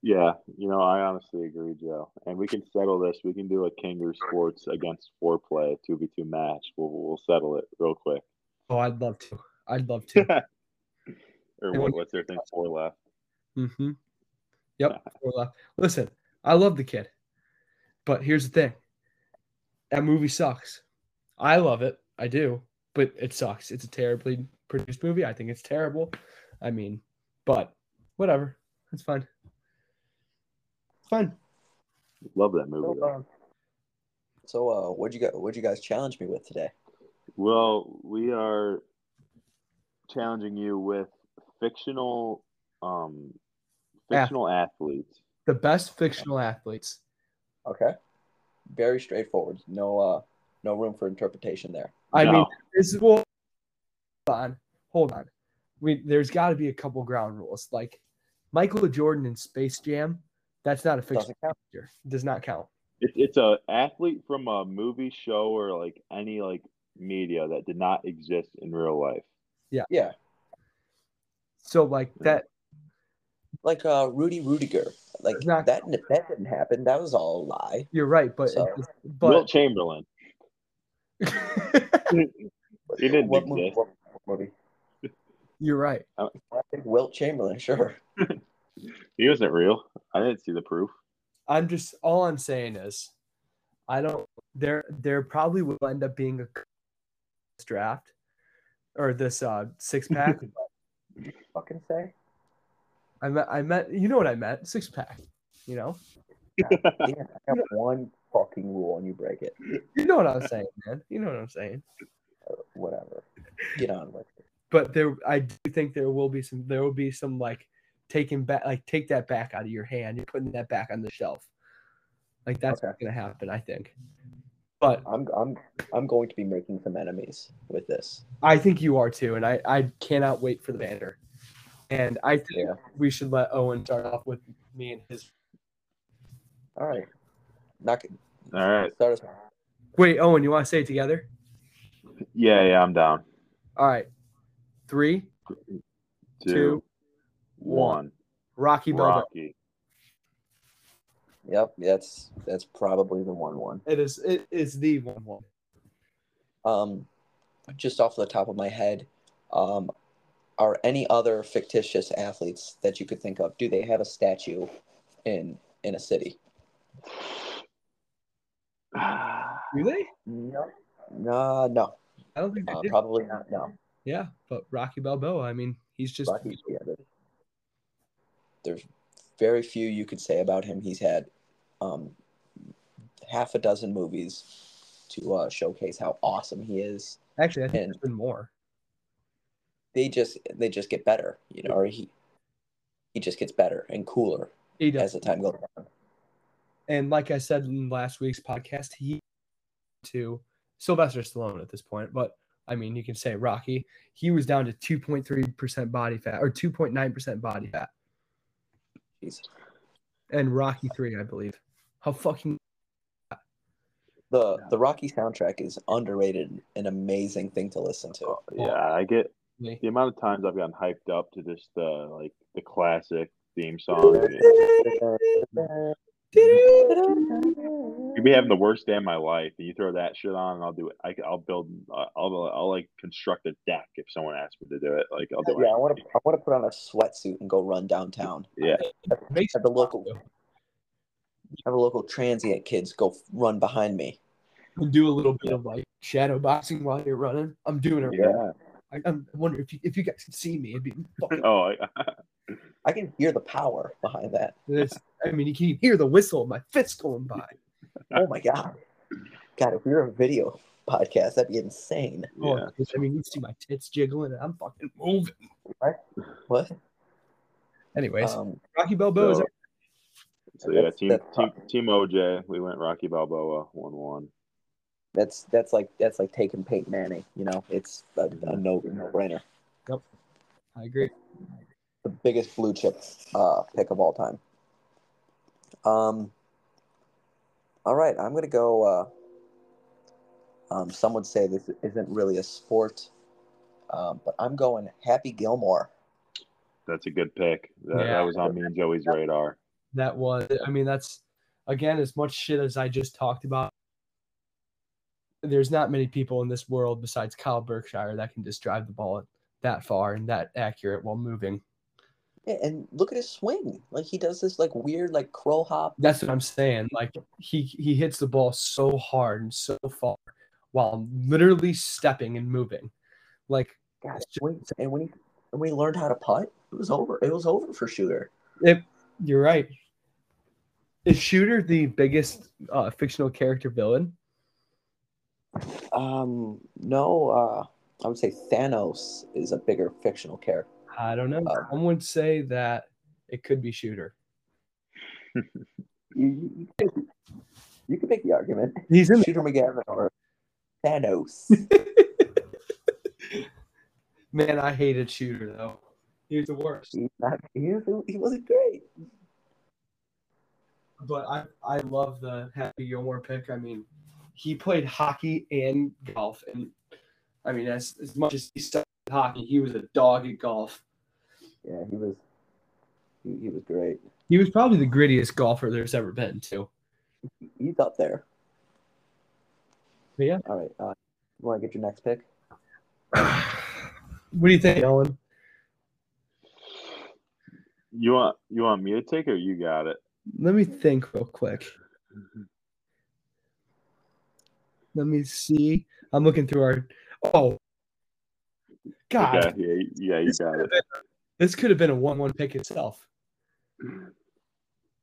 Yeah. You know, I honestly agree, Joe. And we can settle this. We can do a Kangaroo Sports against foreplay two v two match. We'll we'll settle it real quick. (laughs)
Oh, I'd love to. I'd love to.
Or
And
what,
when-
what's their thing? Four left.
Mm-hmm. Yep. four left. Listen, I love the kid, but here's the thing: that movie sucks. I love it, I do, but it sucks. It's a terribly produced movie. I think it's terrible. I mean, but whatever, it's fine. It's fine.
Love that movie.
So,
Though.
uh, so uh, what'd you guys what'd you guys challenge me with today?
Well, we are challenging you with fictional um fictional athletes.
The best fictional athletes.
Okay, very straightforward. No uh no room for interpretation there.
I mean,
No.
this is well. Hold on, hold on. We there's got to be a couple ground rules like Michael Jordan in Space Jam. That's not a fictional
Doesn't count.
character. Does not count.
It, it's a athlete from a movie show or like any like media that did not exist in real life.
Yeah,
So like
Yeah.
that
like uh Rudy Rudiger. Like
Exactly.
that that didn't happen. That was all a lie.
you're right, but
So-
it's-
Will
but
Chamberlain. He didn't
What movie?
exist.
What movie?
(laughs) you're right.
I think Wilt Chamberlain. (laughs) Sure.
He wasn't real. I didn't see the proof.
I'm just all I'm saying is I don't there there probably will end up being a c- draft or this uh six
(laughs)
pack.
Fucking say.
I meant I meant you know what I meant, six pack. You know?
Damn, I got one fucking rule and you break it.
You know what I'm saying, man. You know what I'm saying.
Whatever. Get on with it.
But there I do think there will be some there will be some like taking back like take that back out of your hand. You're putting that back on the shelf. Like that's
Okay.
what's gonna happen, I think. But
I'm I'm I'm going to be making some enemies with this.
I think you are too, and I, I cannot wait for the banner. And I think
Yeah.
we should let Owen start off with me and his.
All right. Knock it.
All right.
Start us.
Wait, Owen, you want to say it together?
Yeah, yeah, I'm down.
All right, three,
Two,
Two,
one.
Rocky Balboa.
Rocky.
Yep. That's that's probably the one one.
It is it is the one one.
Um, just off the top of my head, um, are any other fictitious athletes that you could think of? Do they have a statue in in a city?
Do they?
No. No. No.
I don't think they
Uh,
did.
probably not. No.
Yeah, but Rocky Balboa. I mean, he's just
Rocky, yeah, there- there's very few you could say about him. He's had um, half a dozen movies to uh, showcase how awesome he is.
actually. I think
And-
there's been more.
They just they just get better, you know, or he he just gets better and cooler
He does.
as the time goes on.
And like I said in last week's podcast, he to Sylvester Stallone at this point, but I mean, you can say Rocky. He was down to 2.3% body fat or 2.9% body fat,
Jeez.
and Rocky 3, I believe. How fucking
The the Rocky soundtrack is underrated, an amazing thing to listen to.
Yeah, I get the amount of times I've gotten hyped up to just the like the classic theme song. You'd be having the worst day of my life, and you throw that shit on, and I'll do it. I, will build, I'll, I'll, I'll like construct a deck if someone asks me to do it. Like I'll do
Yeah,
it.
I want to I want to put on a sweatsuit and go run downtown.
Yeah.
makes
Have the local have a local transient kids go run behind me.
and do a little bit of like shadow boxing while you're running. I'm doing it.
Yeah.
I, I'm I wonder if you, if you guys can see me. It'd be fucking.
(laughs) Oh,
I can hear the power behind that.
This, I mean, you can hear the whistle of my fist going by.
Oh my god. God, if we were a video podcast, that'd be insane.
Oh,
yeah.
I mean, you see my tits jiggling, and I'm fucking moving.
What?
Anyways,
Um,
Rocky Balboa is
So, so yeah,
That's-
team,
that's
team team OJ. We went Rocky Balboa one one.
that's that's like that's like taking Peyton Manning. You know, it's a, a no no brainer.
I agree.
The biggest blue chip uh, pick of all time. Um. All right, I'm gonna go. Uh, um, some would say this isn't really a sport, um, but I'm going Happy Gilmore.
That's a good pick. That,
Yeah.
that was on me and Joey's radar.
That was, I mean, that's again as much shit as I just talked about. There's not many people in this world besides Kyle Berkshire that can just drive the ball that far and that accurate while moving.
Yeah, and look at his swing. Like he does this like weird like crow hop.
That's what I'm saying. Like he he hits the ball so hard and so far while literally stepping and moving. Like
Gosh, when, and when he and when he learned how to putt, it was over. It was over for Shooter.
You're right. Is Shooter the biggest uh, fictional character villain?
Um, no, uh, I would say Thanos is a bigger fictional character.
I don't know.
Uh,
Some would say that it could be Shooter.
You, you, you could- you could make the argument.
He's in.
Shooter McGavin or Thanos.
(laughs) Man, I hated Shooter though. He was the worst.
He's not, he, was- he wasn't great.
But I I love the Happy Gilmore pick. I mean, he played hockey and golf, and I mean, as as much as he studied hockey, he was a dog at golf.
Yeah, he was. He, he was great.
He was probably the grittiest golfer there's ever been (sighs) too.
He's up there.
But yeah.
All right. Uh, you want to get your next pick?
what do you think, Ellen?
You want you want me to take it or you got it?
Let me think real quick. Let me see. I'm looking through our. Oh, God!
Okay, yeah, yeah, you got it.
This could have been a one-one pick itself.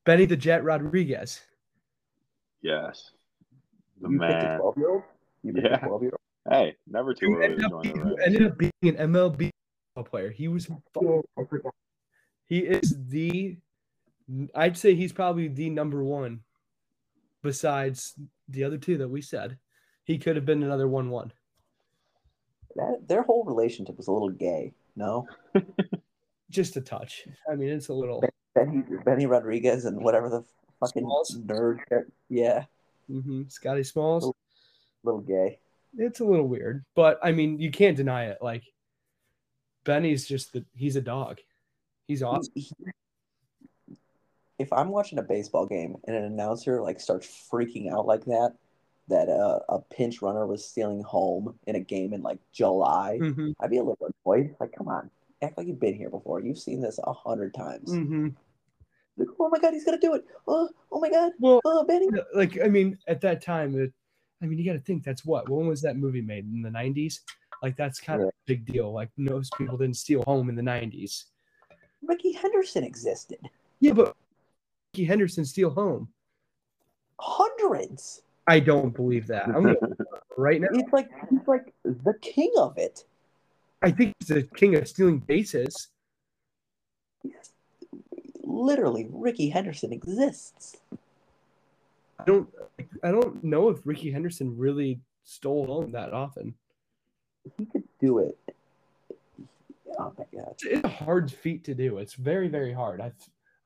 Benny the Jet Rodriguez.
Yes, the
you picked a
man.
twelve-year-old. You picked
Yeah.
a twelve-year-old.
Hey, never too
Who
early
(laughs) ended,
to
up
join
being,
the
who
ranks.
ended up being an MLB player. He was. fu-
I forgot.
He is the. I'd say he's probably the number one, besides the other two that we said. He could have been another one-one.
That their whole relationship is a little gay. No,
Just a touch. I mean, it's a little.
Benny, Benny Rodriguez and whatever the fucking
Smalls?
nerd. Yeah,
hmm Scotty Smalls.
little gay.
It's a little weird, but I mean, you can't deny it. Like, Benny's just the. He's a dog. He's awesome.
If I'm watching a baseball game and an announcer like starts freaking out like that, that uh, a pinch runner was stealing home in a game in like July,
hmm
I'd be a little annoyed. Like, come on, act like you've been here before. You've seen this a hundred times.
hmm
Like, oh my god, he's gonna do it. Oh, oh my god.
Well,
Oh, Benny.
like I mean, at that time, it, I mean, you got to think that's what. When was that movie made? In the '90s? Like that's kind of a big deal. Like most people didn't steal home in the '90s.
Ricky Henderson existed.
Yeah, but Ricky Henderson steal home?
Hundreds.
I don't believe that. I'm gonna, right now,
He's like he's like the king of it.
I think he's the king of stealing bases.
Yes. Literally, Ricky Henderson exists.
I don't, I don't know if Ricky Henderson really stole home that often.
He could do it. Oh my god.
It's, it's a hard feat to do. It's very, very hard. I've,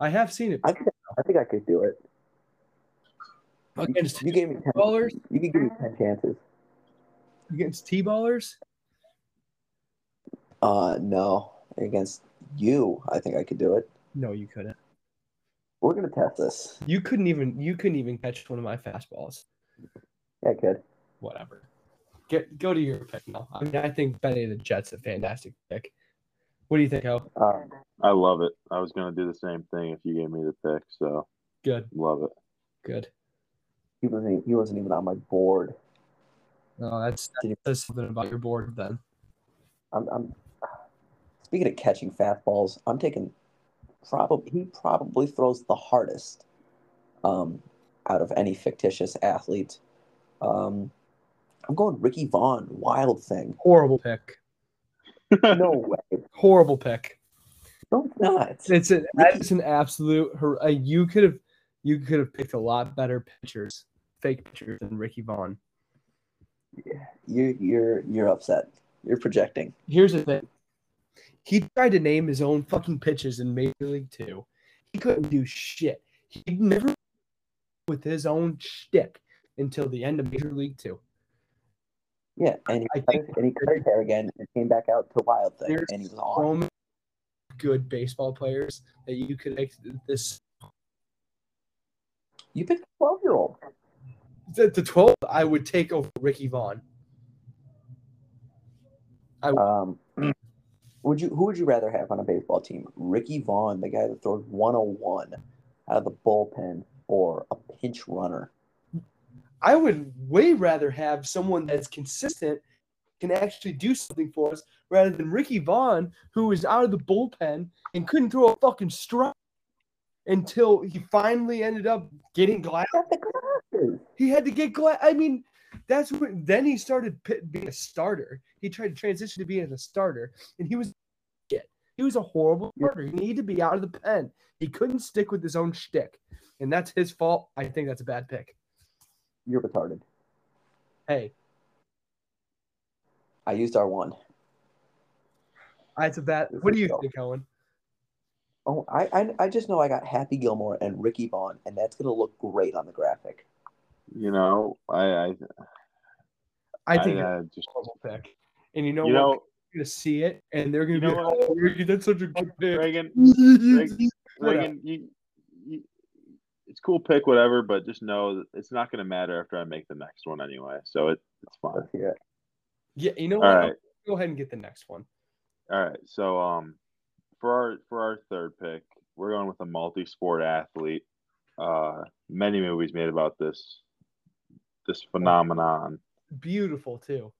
I have seen it
I think I think I could do it.
against
You gave me ten,
ballers,
you could give me ten chances.
against T-ballers.
Uh no. Against you, I think I could do it.
No, you couldn't.
We're gonna test this.
You couldn't even you couldn't even catch one of my fastballs.
Yeah, I could.
Whatever. Get go to your pick now. I mean, I think Benny the Jets a fantastic pick. What do you think? Oh,
Uh,
I love it. I was gonna do the same thing if you gave me the pick, so
good,
love it.
good.
he wasn't even, he wasn't even on my board.
No, Oh, that's that says something about your board then.
I'm, I'm speaking of catching fastballs. I'm taking probably he probably throws the hardest um, out of any fictitious athlete. Um, I'm going Ricky Vaughn, Wild Thing.
Horrible pick.
No way,
Horrible pick.
no, it's not.
It's an it's an absolute. hor- uh, You could have you could have picked a lot better pitchers, fake pitchers than Ricky Vaughn.
You're you're you're upset. You're projecting.
here's the thing. He tried to name his own fucking pitches in Major League Two. He couldn't do shit. He never with his own shtick until the end of Major League Two.
Yeah, and
I
he cut
think-
his, and he cut his hair again and came back out to Wild Thing,
There's
and he was
So
on.
many good baseball players that you could make this
You picked a twelve year old.
the, the twelve. I would take over Ricky Vaughn.
Um, would you who would you rather have on a baseball team? Ricky Vaughn, the guy that throws 101 out of the bullpen, or a pinch runner?
I would way rather have someone that's consistent, can actually do something for us, rather than Ricky Vaughn, who was out of the bullpen and couldn't throw a fucking strike until he finally ended up getting glass.
Got the glasses.
He had to get glass. I mean, that's when then he started p- being a starter. He tried to transition to being a starter, and he was shit. He was a horrible starter. He needed to be out of the pen. He couldn't stick with his own shtick, and that's his fault. I think that's a bad pick.
You're retarded.
Hey,
I used our one.
That's a bad.
This
What
is
do you
dope.
think, Owen?
Oh, I, I I just know I got Happy Gilmore and Ricky Vaughn, and that's gonna look great on the graphic.
(laughs) You know, I I
I think it's
I, I just
a horrible pick. And you know
you
what?
know
You're gonna see it, and they're gonna
You
be
know
like, "Oh, Ricky, that's such a good pick."
Reagan
Ricky, What up?
Reagan, you, you, it's cool pick, whatever, but just know that it's not going to matter after I make the next one anyway. So it, it's fine.
Let's hear it.
Yeah, you know
All
what?
right,
Go ahead and get the next one.
all right. So um, for our for our third pick, we're going with a multi-sport athlete. Uh, many movies made about this this phenomenon.
Beautiful too.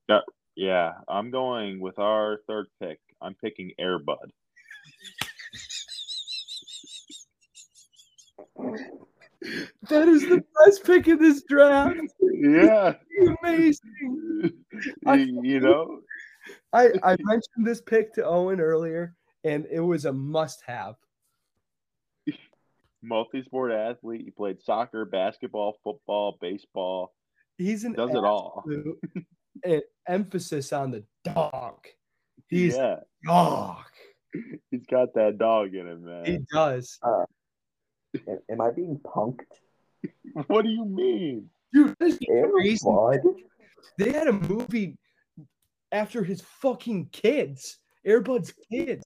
Yeah, I'm going with our third pick. I'm picking Airbud.
That is the best pick in this draft. (laughs)
Yeah,
Amazing.
you,
I-
you know,
I I mentioned this pick to Owen earlier, and it was a must-have.
multi-sport athlete. He played soccer, basketball, football, baseball.
He's an
Does it all.
absolute- (laughs) an emphasis on the dog. He's
yeah,
dog.
he's got that dog in him, man.
He does.
Am- Am I being punked?
What do you mean?
Dude, this is
Air
crazy.
Bud?
They had a movie after his fucking kids, Airbud's kids,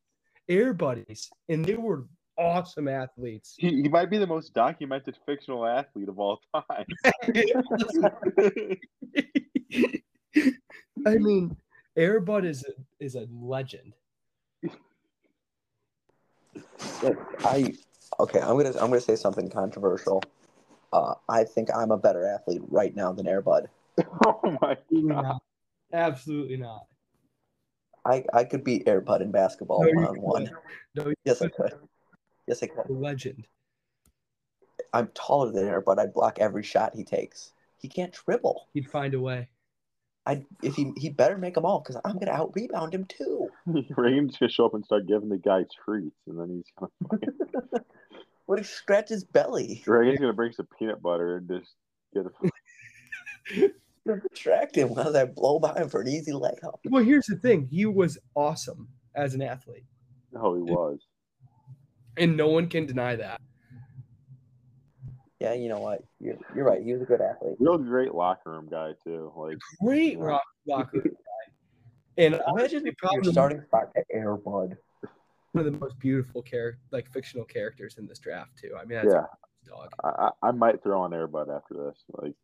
Airbuddies, and they were awesome athletes.
He, he might be the most documented fictional athlete of all time. (laughs)
I mean, Airbud is a, is a legend.
Look, I okay. I'm gonna I'm gonna say something controversial. Uh, I think I'm a better athlete right now than Airbud.
oh my
Absolutely
Uh-huh.
not. Absolutely not.
I I could beat Airbud in basketball
No, you
Oh, one on one.
No, you
Yes, I could. Yes, I could.
a legend.
I'm taller than Airbud. I'd block every shot he takes. He can't dribble.
He'd find a way.
I if he he better make them all because I'm gonna out rebound him too.
Raheem's gonna show up and start giving the guy treats, and then he's gonna fucking,
What if he scratch his belly? (laughs)
Raheem's gonna bring some peanut butter and just get a
Distract him while I blow by him for an easy layup.
Well, here's the thing. He was awesome as an athlete,
Oh, he was.
and no one can deny that.
Yeah, you know what? You're you're right. He was a good athlete.
Real great locker room guy too. Like
Great
Yeah.
rock locker room guy. And
Imagine
honestly,
if
probably
your starting spot eh, at Airbud.
one of the most beautiful character, like fictional characters in this draft too. I mean, that's
yeah,
a dog.
I, I I might throw on Airbud after this. Like,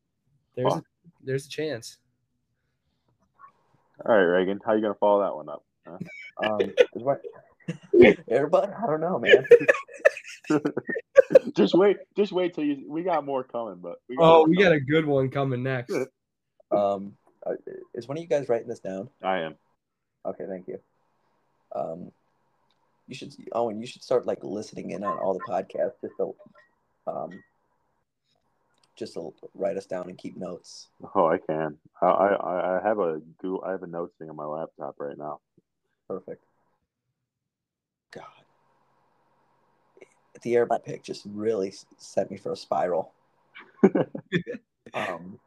There's a,
Fuck.
there's a chance.
all right, Reagan, how you gonna follow that one up? (laughs)
Um, what? Airbud? I don't know, man.
Just wait, just wait till you. We got more coming, but we
Oh,
more
we got
coming.
a good one coming next.
Um, uh, is one of you guys writing this down?
I am.
Okay, thank you. Um, you should, Owen. You should start like listening in on all the podcasts just to, um, just to write us down and keep notes.
Oh, I can. I I, I have a Google, I have a notes thing on my laptop right now.
Perfect. God, the Airbud pick just really s- sent me for a spiral. um,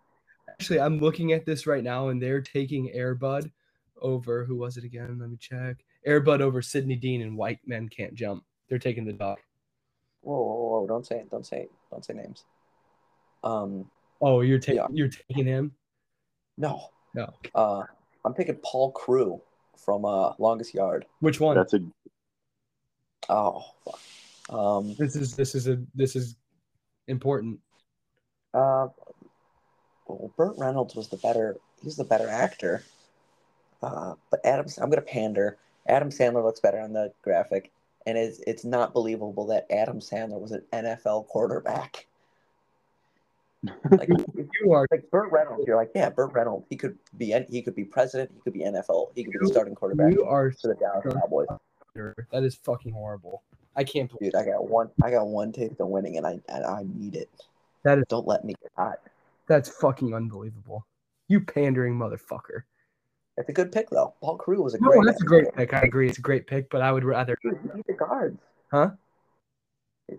Actually, I'm looking at this right now, and they're taking Airbud over. Who was it again? Let me check. Airbud over Sidney Dean and White Men Can't Jump. They're taking the dog.
whoa, whoa, whoa! Don't say it. Don't say it. Don't say names. Um,
Oh, you're taking
Yeah.
you're taking him.
no.
No,
Uh, I'm picking Paul Crew from uh, Longest Yard.
which one?
That's a (laughs)
Oh, fuck. Um,
this is this is a this is important.
uh, well, Burt Reynolds was the better. He's the better actor. Uh, but Adam, I'm gonna pander. Adam Sandler looks better on the graphic, and it's it's not believable that Adam Sandler was an NFL quarterback. Like, if-
You are
like Burt Reynolds, you're like, yeah, Burt Reynolds. He could be he could be president. He could be NFL. He could be the starting quarterback
you are
for the Dallas Cowboys.
that is fucking horrible. I can't believe
Dude, I got one. I got one taste of winning, and I and I need it.
that is
Don't let me get hot.
that's fucking unbelievable. You pandering motherfucker.
It's a good pick though. Paul Crewe was a
No,
great.
that's a great pick. I agree. It's a great pick, but I would rather.
Dude, they beat the guards.
Huh?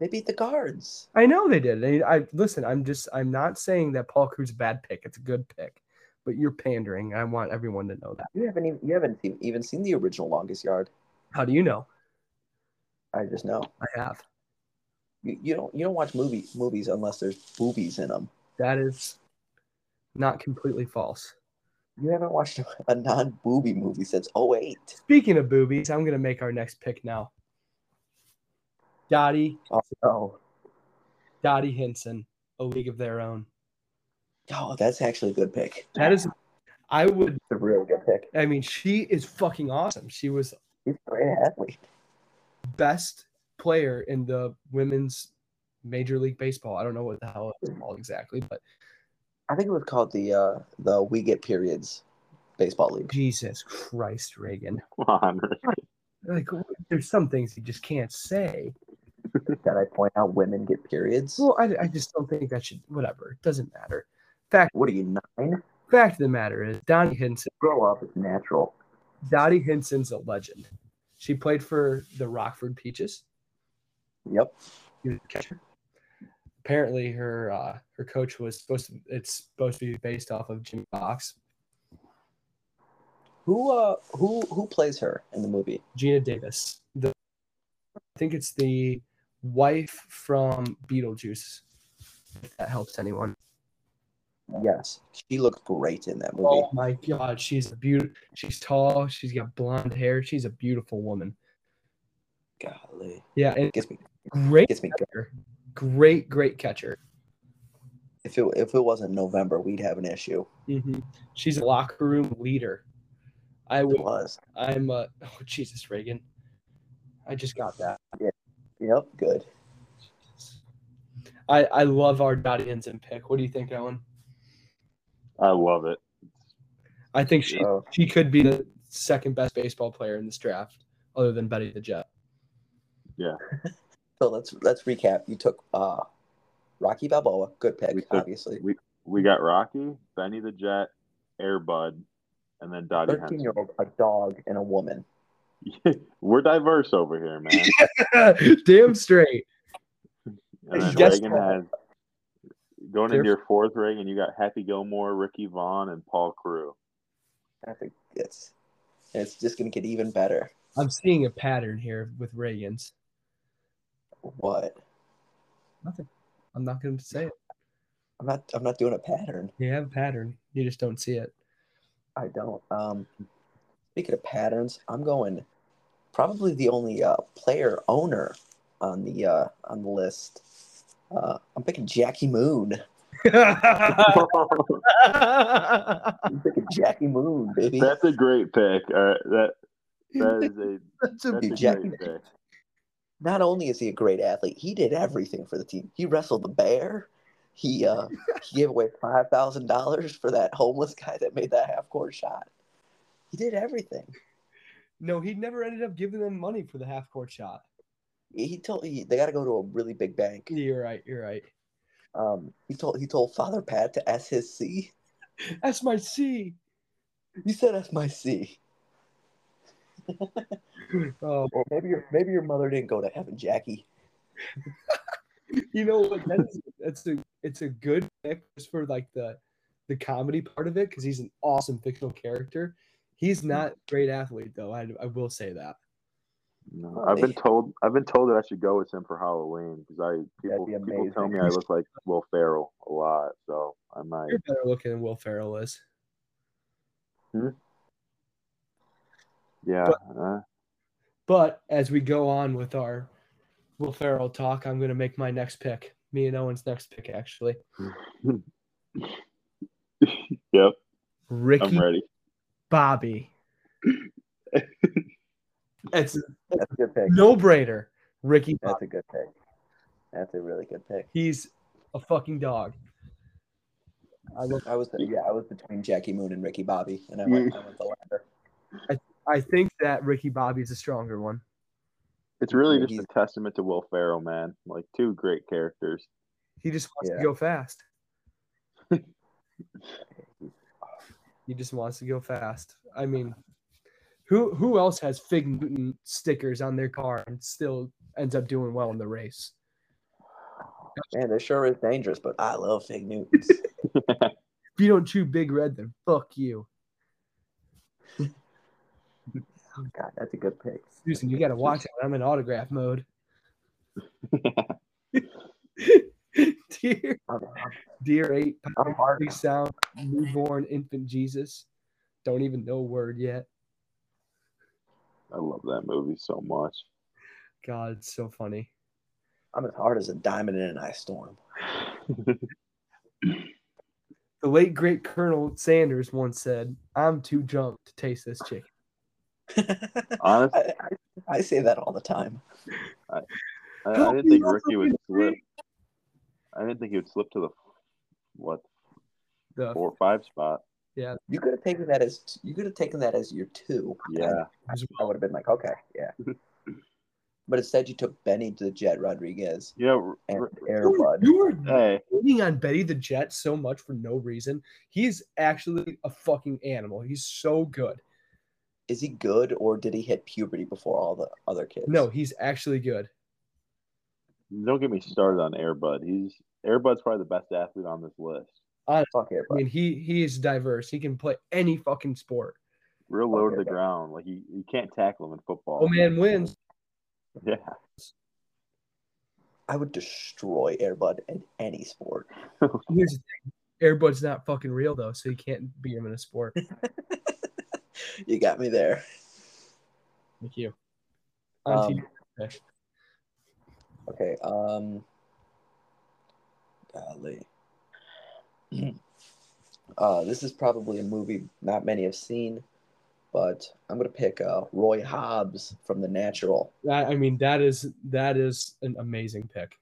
They beat the guards.
I know they did. I, I listen. I'm just. I'm not saying that Paul Crew's a bad pick. It's a good pick, but you're pandering. I want everyone to know that.
You haven't even you haven't seen, even seen the original longest yard.
How do you know?
I just know.
I have.
You, you don't you don't watch movie movies unless there's boobies in them.
That is not completely false.
You haven't watched a non booby movie since 08.
Speaking of boobies, I'm gonna make our next pick now. Dottie,
Oh no.
Dottie Henson, A League of Their Own.
Oh, that's actually a good pick.
That is. I would.
It's a really good pick.
I mean, she is fucking awesome. She was
He's a great athlete.
best player in the women's major league baseball. I don't know what the hell it's called exactly, but
I think it was called the uh, the We Get Periods baseball league.
Jesus Christ, Reagan.
honor.
Like there's some things you just can't say.
Did I point out women get periods?
Well, I, I just don't think that should whatever. It doesn't matter. Fact
What are you nine?
fact of the matter is Donnie Henson
Grow up. It's natural.
Dottie Henson's a legend. She played for the Rockford Peaches.
Yep.
She was a catcher. apparently her uh, her coach was supposed to. It's supposed to be based off of Jimmy Fox,
Who uh who who plays her in the movie?
Gina Davis. The, I think it's the wife from Beetlejuice. If that helps anyone.
Yes, she looked great in that movie.
Oh my God, she's a beauty. She's tall. She's got blonde hair. She's a beautiful woman.
Golly,
Yeah, and
gets me
great
gets me. Good.
catcher. Great, great catcher.
If it if it wasn't November, we'd have an issue.
She's a locker room leader. I
It
would.
was.
I'm a. Oh Jesus, Reagan. I just got that.
Yep, good.
I I love our Dottians and pick. What do you think, Owen?
I love it.
I think she
Oh,
she could be the second best baseball player in this draft, other than Betty the Jet. (laughs)
so let's let's recap. You took uh, Rocky Balboa, good pick,
We took-
obviously.
We got Rocky, Benny the Jet, Airbud, and then Dottie
Thirteen year
Henson.
old, a dog, and a woman.
(laughs) We're diverse over here, man.
Damn straight.
And then
Yes.
Reagan has going
They're-
into your fourth ring, and you got Happy Gilmore, Ricky Vaughn, and Paul Crew.
I think it's it's just gonna get even better.
I'm seeing a pattern here with Reagan's.
What?
I'm not going to say it.
I'm not I'm not doing a pattern.
You have a pattern. You just don't (laughs) see it.
I don't. Um, speaking of patterns, I'm going probably the only uh, player owner on the uh, on the list. Uh, I'm picking Jackie Moon.
That's
I'm picking Jackie Moon, baby.
That's a great pick. All right, that that is a
a
that's a
Jack-
great pick.
Not only is he a great athlete, he did everything for the team. He wrestled the bear. He uh, he gave away five thousand dollars for that homeless guy that made that half court shot. He did everything.
No, he never ended up giving them money for the half court shot.
He told he, they got to go to a really big bank.
You're right. You're right.
Um, he told he told Father Pat to S his C.
That's my C.
You said that's my C.
Oh,
Or maybe your maybe your mother didn't go to heaven, Jackie.
you know what? That's, that's a it's a good pick just for like the the comedy part of it because he's an awesome fictional character. He's not a great athlete though. I, I will say that.
No, I've been told I've been told that I should go with him for Halloween because I people
be
people tell
amazing.
me I look like Will Ferrell a lot, so I might.
You're better looking than Will Ferrell is.
Yeah, uh, (laughs)
But as we go on with our Will Ferrell talk, I'm going to make my next pick. Me and Owen's next pick, actually.
yep,
Ricky
I'm ready.
Bobby. it's a
That's a good pick.
no brainer. Ricky Bobby.
That's a good pick. That's a really good pick.
He's a fucking dog. I, love,
I was yeah, I was between Jackie Moon and Ricky Bobby, and I
Mm.
went, I went the latter.
I think that Ricky Bobby is a stronger one.
It's really just
He's-
a testament to Will Ferrell, man. Like two great characters.
He just wants
Yeah.
to go fast. he just wants to go fast. I mean, who who else has Fig Newton stickers on their car and still ends up doing well in the race?
Man, this sure is dangerous, but I love fake
(laughs)
Newtons.
If you don't chew Big Red, then fuck you,
God, that's a good pick.
Susan. You got to watch out. I'm in autograph mode. (laughs) dear,
I'm,
dear eight,
I'm hard.
perfectly sound newborn infant Jesus. Don't even know a word yet.
I love that movie so much.
God, it's so funny.
I'm as hard as a diamond in an ice storm. (laughs)
The late great Colonel Sanders once said, "I'm too drunk to taste this chicken."
I,
Honestly,
I, I say that all the time.
I, I didn't think Ricky would slip. I didn't think he would slip to the what
The-
four or five spot.
You could have taken that as you could have taken that as your two.
Yeah,
as
I
well.
would have been like, okay,
(laughs)
yeah. but instead, you took Benny to the Jet Rodriguez
yeah. R-
and
r-
You were-
Airbud.
you were
hey,
hating on Betty the Jet so much for no reason. He's actually a fucking animal. He's so good.
Is he good or did he hit puberty before all the other kids?
No, he's actually good.
don't get me started on Airbud. He's Airbud's probably the best athlete on this list.
Fuck it,
I mean, he he is diverse. He can play any fucking sport.
Real low to
Okay,
the
but-
ground. Like you, you can't tackle him in football.
Oh man wins.
(laughs) Yeah.
I would destroy Airbud in any sport.
Here's the thing. Airbud's not fucking real though, so you can't beat him in a sport.
You got me there.
Thank you.
Um,
Auntie-
Okay. Um. Golly. (clears throat) Uh, this is probably a movie not many have seen, but I'm gonna pick uh, Roy Hobbs from The Natural.
that, I mean, that is that is an amazing pick.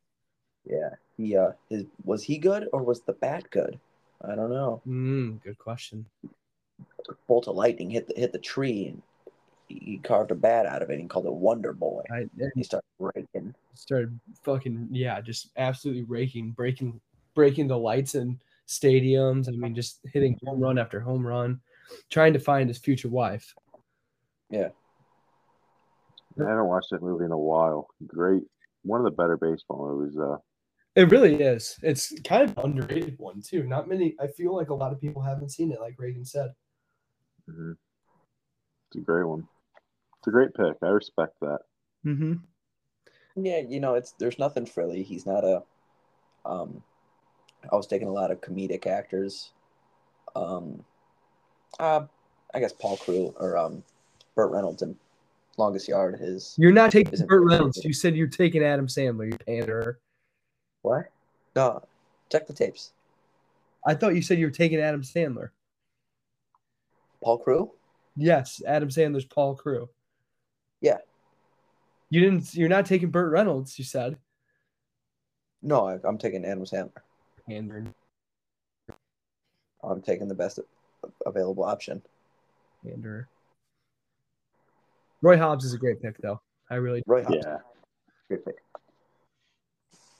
Yeah. He uh, his, was he good or was the bat good? I don't know.
Mm, good question.
Bolt of lightning hit the hit the tree and he, he carved a bat out of it and called it Wonder Boy.
I I
He started raking.
started fucking yeah, just absolutely raking, breaking, breaking the lights in stadiums. I mean, just hitting home run after home run, trying to find his future wife.
I haven't watched that movie in a while. Great. One of the better baseball movies, though.
It really is. It's kind of underrated one too. Not many. I feel like a lot of people haven't seen it, like Reagan said.
Mhm. It's a great one. It's a great pick. I respect that.
Mm-hmm.
Yeah, you know, it's there's nothing frilly. He's not a um I was taking a lot of comedic actors. Um uh I guess Paul Crew or um Burt Reynolds and Longest Yard his
You're not taking
Isn't-
Burt Reynolds. You said you're taking Adam Sandler. You pander.
what? No, check the tapes.
I thought you said you were taking Adam Sandler.
Paul Crew?
Yes, Adam Sandler's Paul Crew.
Yeah.
You didn't. You're not taking Burt Reynolds. You said.
No, I, I'm taking Adam Sandler.
Pander.
I'm taking the best available option.
Pander. uh, Roy Hobbs is a great pick, though. I really.
Roy Hobbs.
Yeah.
Good pick.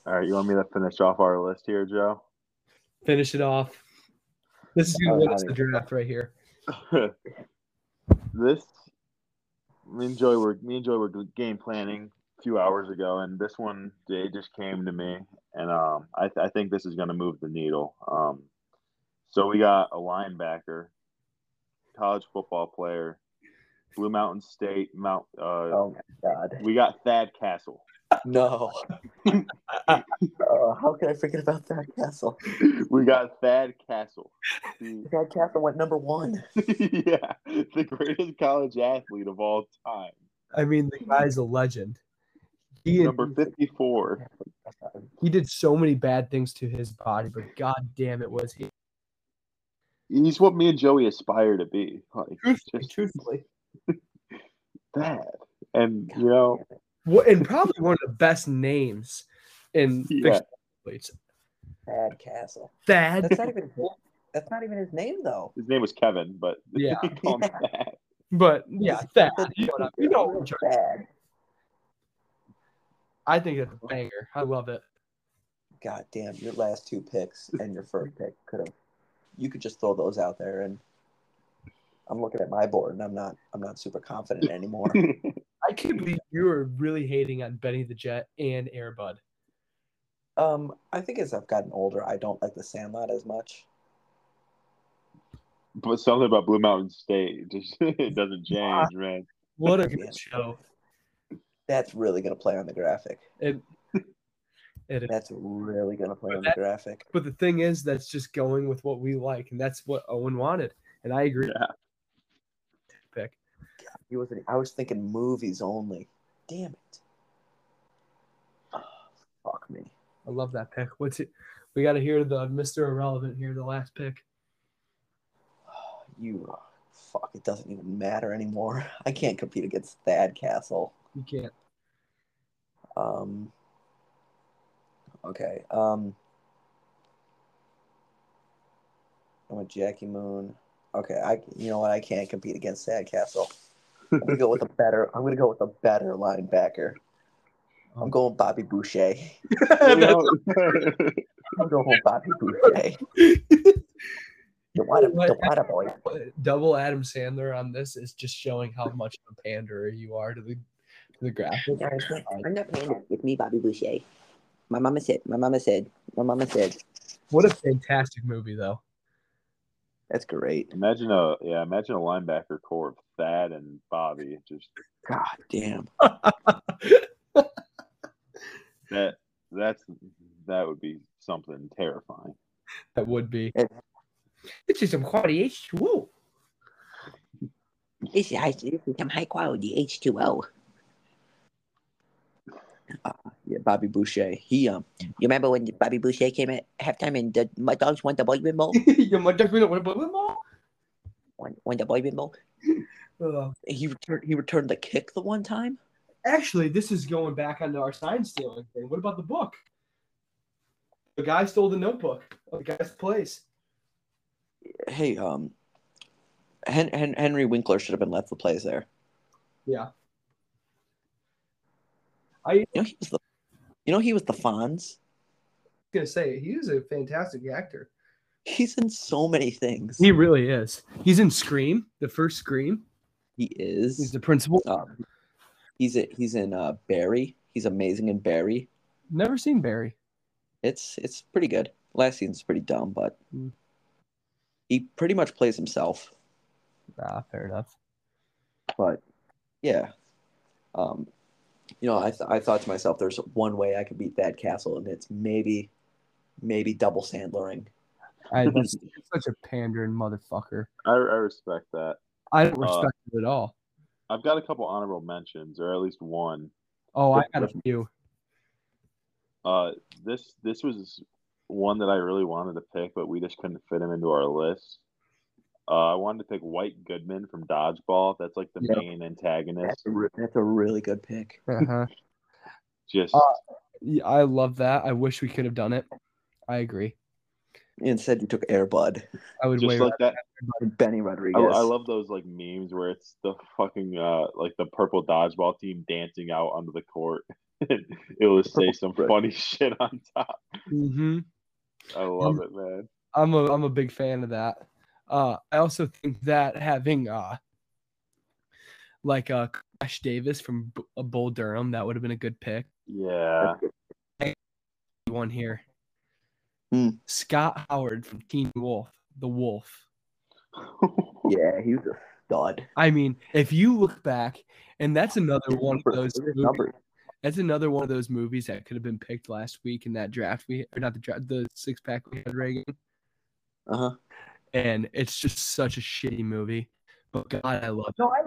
All right. You want me to finish off our list here, Joe? (laughs)
finish it off. This is gonna
Oh,
win us the
honey.
draft right here.
this me and Joy were me and Joy were game planning a few hours ago, and this one they just came to me, and um, I, I think this is going to move the needle. Um, so we got a linebacker, college football player, Blue Mountain State Mount. Uh,
Oh my god.
We got Thad Castle.
No. Oh, how could I forget about that castle?
(laughs) we got Thad Castle.
(laughs)
The-
That castle went number one.
(laughs) yeah, the greatest college athlete of all time.
I mean, the guy's a legend. He is-
Number 54.
he did so many bad things to his body, but god damn it was he.
he's what me and Joey aspire to be. Like
Truthfully,
just (laughs)
truthfully.
that. And you know,
Wha- and probably one of the best names in
(laughs) Yeah.
fictional athletes.
Bad Castle.
Thad.
That's not even that's not even his name though.
his name was Kevin, but
Yeah.
(laughs)
(laughs)
he called him that.
But yeah, Thad. You know, you know what I'm
It's
trying-
bad.
I think that's a banger. I love it.
God damn, your last two picks and your first pick could have you could just throw those out there and I'm looking at my board and I'm not I'm not super
(laughs)
confident anymore.
I can't believe you were really hating on Benny the Jet and Airbud.
um I think as I've gotten older I don't like the sandlot as much.
(laughs) but something about Blue Mountain State just (laughs) it doesn't change,
(laughs)
man. (laughs)
What a
Yeah.
good show.
That's really gonna play on the graphic.
It, it is.
That's really gonna play
But
on the
that-
graphic.
But the thing is, that's just going with what we like, and that's what Owen wanted. And I agree.
Yeah.
Pick.
He wasn't I was thinking movies only. Damn it. Oh, fuck me.
I love that pick. What's it? We got to hear the Mr. Irrelevant here, the last pick.
You are- fuck, it doesn't even matter anymore. (laughs) I can't compete against Thad Castle.
You can't.
Um Okay. Um I went Jackie Moon. Okay, I you know what I can't compete against Thad Castle. I'm gonna go with a better I'm gonna go with a better linebacker. I'm going Bobby Boucher.
You
That's-
know?
I'm going with Bobby Boucher. The water, the water boy.
Uh, Double Adam Sandler on this is just showing how much of a panderer you are to the to the graphic.
I'm not playing it with me, Bobby Boucher. My mama said. My mama said. My mama said.
What a fantastic movie, though.
That's great.
(laughs) Imagine a yeah, imagine a linebacker core of Thad and Bobby. Just
God damn.
that that's that would be something terrifying.
That would be.
Yeah.
It's just some quality H2O.
This is, high, this is some high quality H2O.
Ah, Yeah, Bobby Boucher. He um
You remember when Bobby Boucher came at halftime and the, my dogs won the boy bin bowl?
Your mother really want to ball?
won, won the boy bin bowl?
Ugh.
he returned he returned the kick the one time.
Actually, this is going back onto our sign stealing thing. What about the book? The guy stole the notebook. of The guy's place.
Hey, um, Hen- Hen- Henry Winkler should have been left the plays there.
Yeah.
You know he was the, you know he was the Fonz.
I was gonna say he is a fantastic actor.
He's in so many things.
He really is. He's in Scream, the first Scream.
He is.
He's the principal.
Um, he's a, he's in uh, Barry. He's amazing in Barry.
Never seen Barry.
It's it's pretty good. Last season's pretty dumb, but
Mm.
he pretty much plays himself.
Nah, fair enough.
But yeah, um, you know, I th- I thought to myself, there's one way I could beat that castle, and it's maybe maybe double sandlering.
(laughs)
I, that's such a pandering motherfucker.
I, I respect that.
I don't
Uh,
respect it at all.
I've got a couple honorable mentions, or at least one.
Oh, I got a few.
Uh, this this was one that I really wanted to pick, but we just couldn't fit him into our list. Uh, I wanted to pick White Goodman from Dodgeball. That's like the
Yeah.
main antagonist.
That's a re- that's a really good pick.
Uh-huh.
Just
Uh, Yeah, I love that. I wish we could have done it. I agree.
Instead, you took Airbud
I would
just
wait.
like that.
and Benny
I,
Rodriguez.
Oh, I love those like memes where it's the fucking uh like the purple dodgeball team dancing out onto the court. (laughs) it will say some funny (laughs) shit on top.
hmm
I love it, man.
I'm a I'm a big fan of that. Uh, I also think that having uh, like uh, Crash Davis from B- uh, Bull Durham, that would have been a good pick.
Yeah, (laughs)
One here,
Hmm.
Scott Howard from Teen Wolf, the Wolf.
Yeah, he was a stud.
I mean, if you look back, and that's another one of those
Look at his
movies,
numbers.
that's another one of those movies that could have been picked last week in that draft we or not the draft the six pack we had Reagan.
Uh-huh.
And it's just such a shitty movie. But God, I love it.
No, I,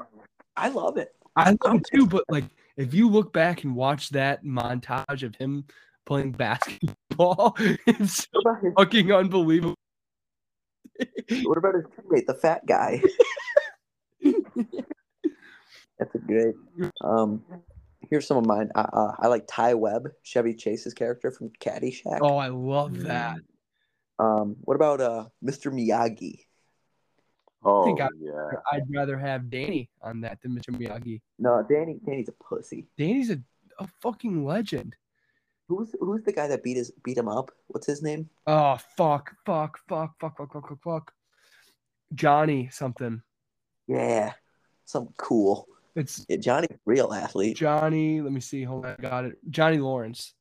I love it.
I love it too, but like if you look back and watch that montage of him playing basketball, (laughs) it's so
What about his,
fucking unbelievable.
what about his teammate, the
(laughs)
fat guy? That's a great. Um, here's some of mine. Uh, uh, I like Ty Webb, Chevy Chase's character from Caddyshack.
Oh, I love that.
Um, what about uh, Mr. Miyagi?
oh
think I-
yeah.
I'd rather have Danny on that than Mr. Miyagi.
No, Danny. Danny's a pussy.
Danny's a, a fucking legend.
Who's who's the guy that beat his beat him up? What's his name?
Oh fuck, fuck, fuck, fuck, fuck, fuck, fuck, fuck. Johnny something.
Yeah, some cool.
It's
Yeah, Johnny, real athlete.
Johnny. Let me see. Hold on, I got it. Johnny Lawrence.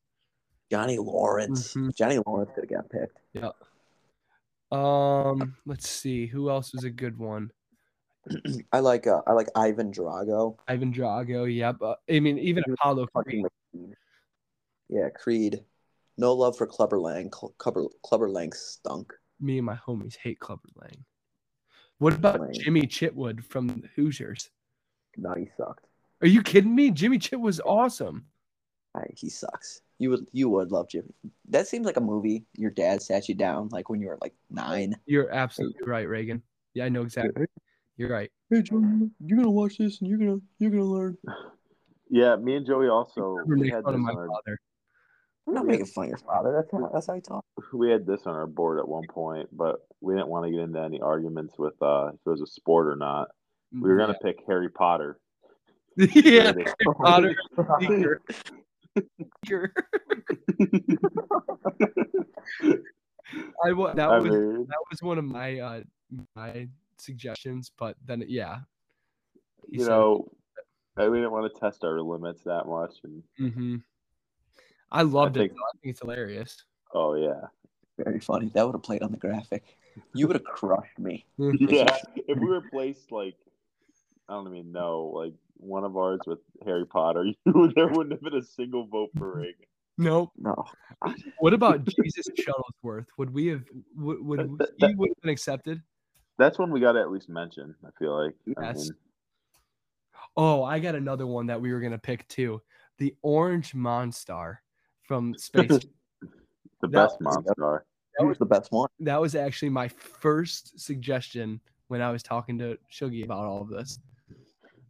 Johnny Lawrence.
Mhm.
Johnny Lawrence could have got picked.
Um, let's see. Who else was a good one?
I like uh, I like Ivan Drago.
Ivan Drago. Yep. Uh, I mean, even Apollo.
Fucking machine. Yeah, Creed. No love for Clubber Lang. Cl- Clubber, Clubber Lang stunk.
Me and my homies hate Clubber Lang. What about
Lang.
Jimmy Chitwood from the Hoosiers?
No, he sucked.
Are you kidding me? Jimmy Chitwood was awesome.
I, he sucks. You would you would love Jimmy. That seems like a movie your dad sat you down like when you were like nine.
You're absolutely right, Reagan. Yeah, I know exactly. You're right.
Hey, Jimmy, you're gonna watch this and you're gonna you're gonna learn.
Yeah, me and Joey also we
Make
had,
fun
this
of
on
my
our,
father.
I'm not making fun of your father. That's how, that's how he talks.
we had this on our board at one point, but we didn't want to get into any arguments with uh, if it was a sport or not. We were gonna pick Harry Potter.
(laughs)
(laughs)
yeah.
It is-
Potter. Sneaker. Sneaker. I wa- that
I
was
mean,
that was one of my uh my suggestions, but then yeah,
you know, I- we didn't want to test our limits that much, and
hmm Mm-hmm. I loved
I
it.
think-
though. I think it's hilarious.
Oh
(laughs)
yeah.
Very funny. That would have played on the graphic. You would have crushed me.
Yeah. if we replaced like I don't even know, like one of ours with Harry Potter, (laughs) you there wouldn't have been a single vote for Reagan.
(laughs) Nope.
No.
What about Jesus Shuttlesworth? Would we have? Would, would
That- that-
he would have been accepted?
That's one we got to at least mention. I feel like. I
Yes.
mean,
Oh, I got another one that we were gonna pick too. The Orange Monstar from
(laughs)
Space.
the
That-
best monster.
That was the best one.
that was actually my first suggestion when I was talking to Shuggy about all of this.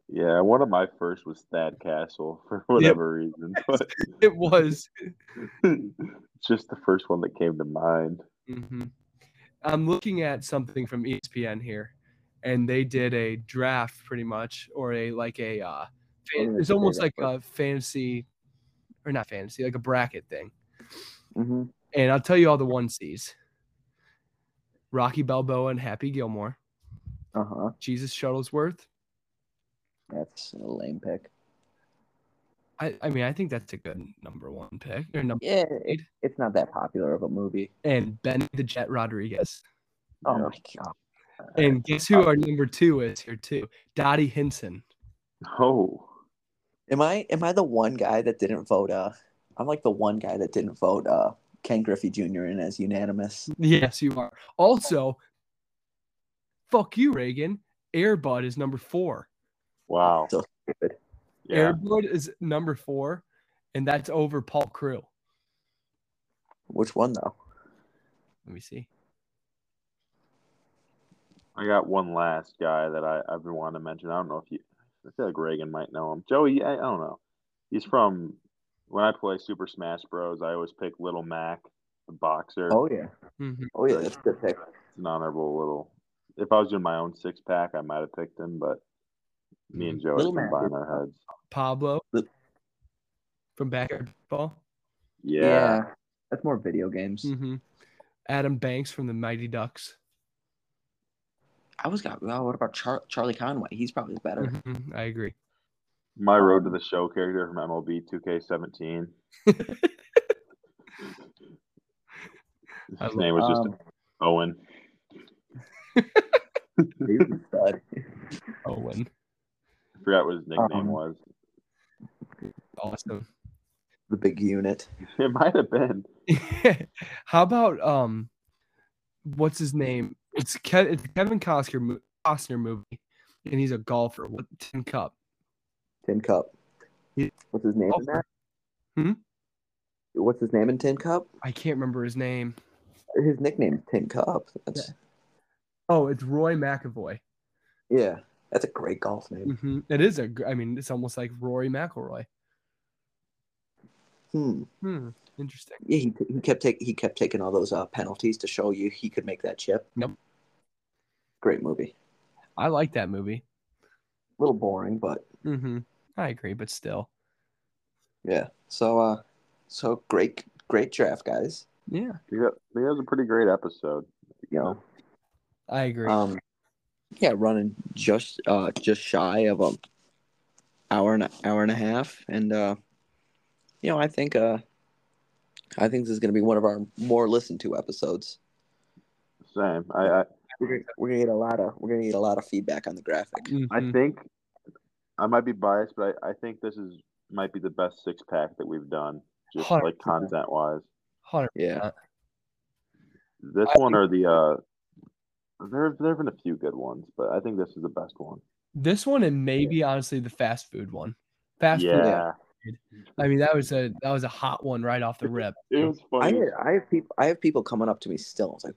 Yeah, one of my first was Thad Castle (laughs) for whatever reason, but (laughs)
It was.
it's just the first one that came to mind.
Mhm. I'm looking at something from E ESPN here, and they did a draft pretty much, or a like a. Uh,
Oh,
fan,
yeah,
it's
they
almost
got
like
that.
a fantasy, or not fantasy, like a bracket thing.
Mm-hmm.
And I'll tell you all the one C's. Rocky Balboa and Happy Gilmore,
Uh huh.
Jesus Shuttlesworth.
That's a lame pick.
I, I mean, I think that's a good number one pick. Or number,
Yeah, it, it's not that popular of a movie.
and Benny the Jet Rodriguez.
Oh
Yeah.
my god.
And guess who our number two is here too? Dottie Henson.
Oh,
Am I am I the one guy that didn't vote? Uh, I'm like the one guy that didn't vote. Uh, Ken Griffey Jr. in as unanimous.
Yes, you are. Also, fuck you, Reagan. Airbud is number four.
wow.
So stupid.
Yeah.
Airbud is number four, and that's over Paul Crew.
Which one though?
Let me see.
I got one last guy that I, I've been wanting to mention. I don't know if you, I feel like Reagan might know him. Joey, I, I don't know. He's from, when I play Super Smash Bros., I always pick Little Mac, the boxer.
Oh yeah.
Mhm.
Oh yeah. That's a good pick.
It's an honorable little. If I was doing my own six pack, I might have picked him, but me and Joey
Mm-hmm. Little Mac.
combine our heads.
Pablo
The-
from Backyard Ball.
Yeah.
That's more video games.
hmm Adam Banks from the Mighty Ducks.
I was got. Well, what about Char- Charlie Conway? He's probably better.
Mhm, I agree.
My road to the show character from MLB 2K17.
(laughs)
I
His name was just
Um,
Owen.
he's a stud.
Owen.
I forgot what his nickname
um,
was. (laughs)
Awesome.
the big unit.
It might have been.
(laughs) How about um, what's his name? It's, Ke- it's Kevin Costner mo- Costner movie, and he's a golfer. What Tin Cup?
Tin Cup.
Yeah.
What's his name in that?
Hmm?
What's his name in Tin Cup?
I can't remember his name.
His nickname is Tin Cup. That's
Oh, it's Roy McAvoy.
yeah. That's a great golf name.
hmm It is a. gr- I mean, it's almost like Rory McIlroy.
Hmm.
Hmm. Interesting.
Yeah, he, he kept take, he kept taking all those uh, penalties to show you he could make that chip.
Yep.
Great movie.
I like that movie.
A little boring, but
hmm I agree, but still.
yeah. So uh, so great great draft, guys.
Yeah,
Yeah, that was a pretty great episode.
You know,
I agree.
um, yeah, running just uh just shy of a hour and a hour and a half, and uh, you know, I think uh, I think this is gonna be one of our more listened to episodes.
Same. I I,
We're gonna, we're gonna get a lot of we're gonna get a lot of feedback on the graphic.
I
Mhm.
think I might be biased, but I, I think this is might be the best six pack that we've done, just
Hundred
like content wise.
Hunter-
Yeah,
This one or the uh, there there have been a few good ones, but I think this is the best one.
This one and maybe honestly the fast food one. Fast food.
yeah,
I mean, that was a that was a hot one right off the rip.
it was
I
funny.
I have people I have people coming up to me still. It's like,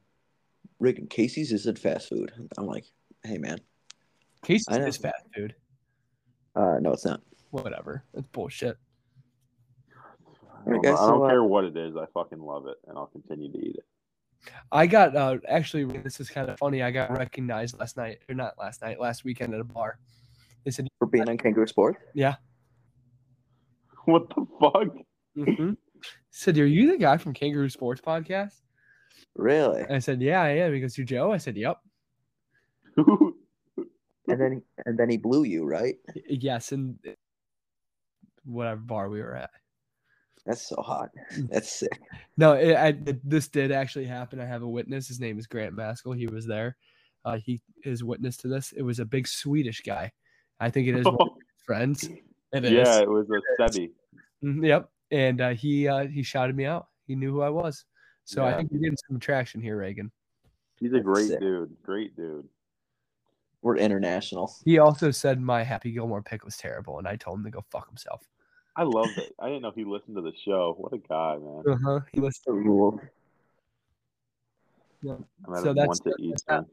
Rick and Casey's isn't fast food. I'm like, hey man,
Casey's
(laughs) I know.
is fast food.
uh, no, it's not.
Whatever. That's bullshit.
I don't,
Okay,
know. I
so,
don't
uh,
care what it is. I fucking love it, and I'll continue to eat it. (laughs)
I got uh actually this is kind of funny. I got recognized last night or not last night, last weekend at a bar. They said,
For being on Kangaroo Sport,
What the fuck? (laughs)
"Mhm." said, are you the guy from Kangaroo Sports Podcast?
really.
And I said, yeah, I am. He goes, you Joe? I said, yep.
And then and then he blew you, right?
Yes, and whatever bar we were at.
That's so hot. That's sick.
No, it, I, th- this did actually happen. I have a witness. His name is Grant Maskell. He was there. Uh, he is witness to this. It was a big Swedish guy. I think it is one of his friends. It is.
yeah, it was a Sebi.
Mhm, Yep. And uh, he uh, he shouted me out. He knew who I was. So I
Yeah.
think you're getting some traction here, Reagan.
He's a great
Sick.
dude. Great dude.
We're international.
He also said my Happy Gilmore pick was terrible, and I told him to go fuck himself.
I love it. I didn't know he listened to the show. What a guy, man.
Uh huh. He was
The rule.
I met
So
him
that's-
once at
that's
Easton.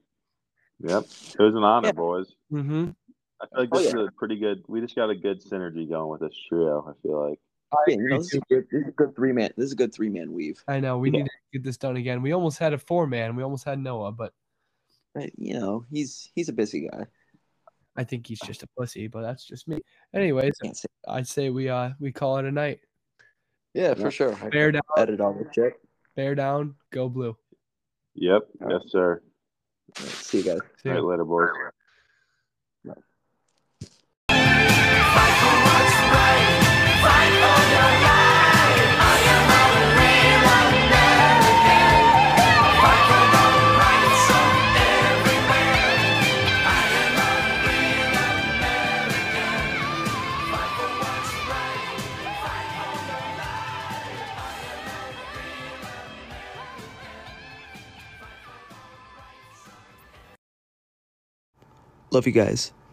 Yep. It was an honor,
Yeah.
boys.
hmm
I feel like
Oh,
this is a pretty good. We just got a good synergy going with this trio. I feel like.
Yeah, you know, this is good. This is a good three man. This is a good three man weave.
I know we
Yeah.
need to get this done again. We almost had a four man. We almost had Noah, but
But, you know, he's he's a busy guy.
I think he's just a pussy. But that's just me. Anyways,
Uh, Can't say.
I'd say we uh we call it a night.
Yeah, for sure. I
Bear down,
edit all the check.
bear down, go blue.
Yep.
All right.
Yes, sir.
All right, see you guys.
See
All
ya.
right, later, boys.
Love you guys.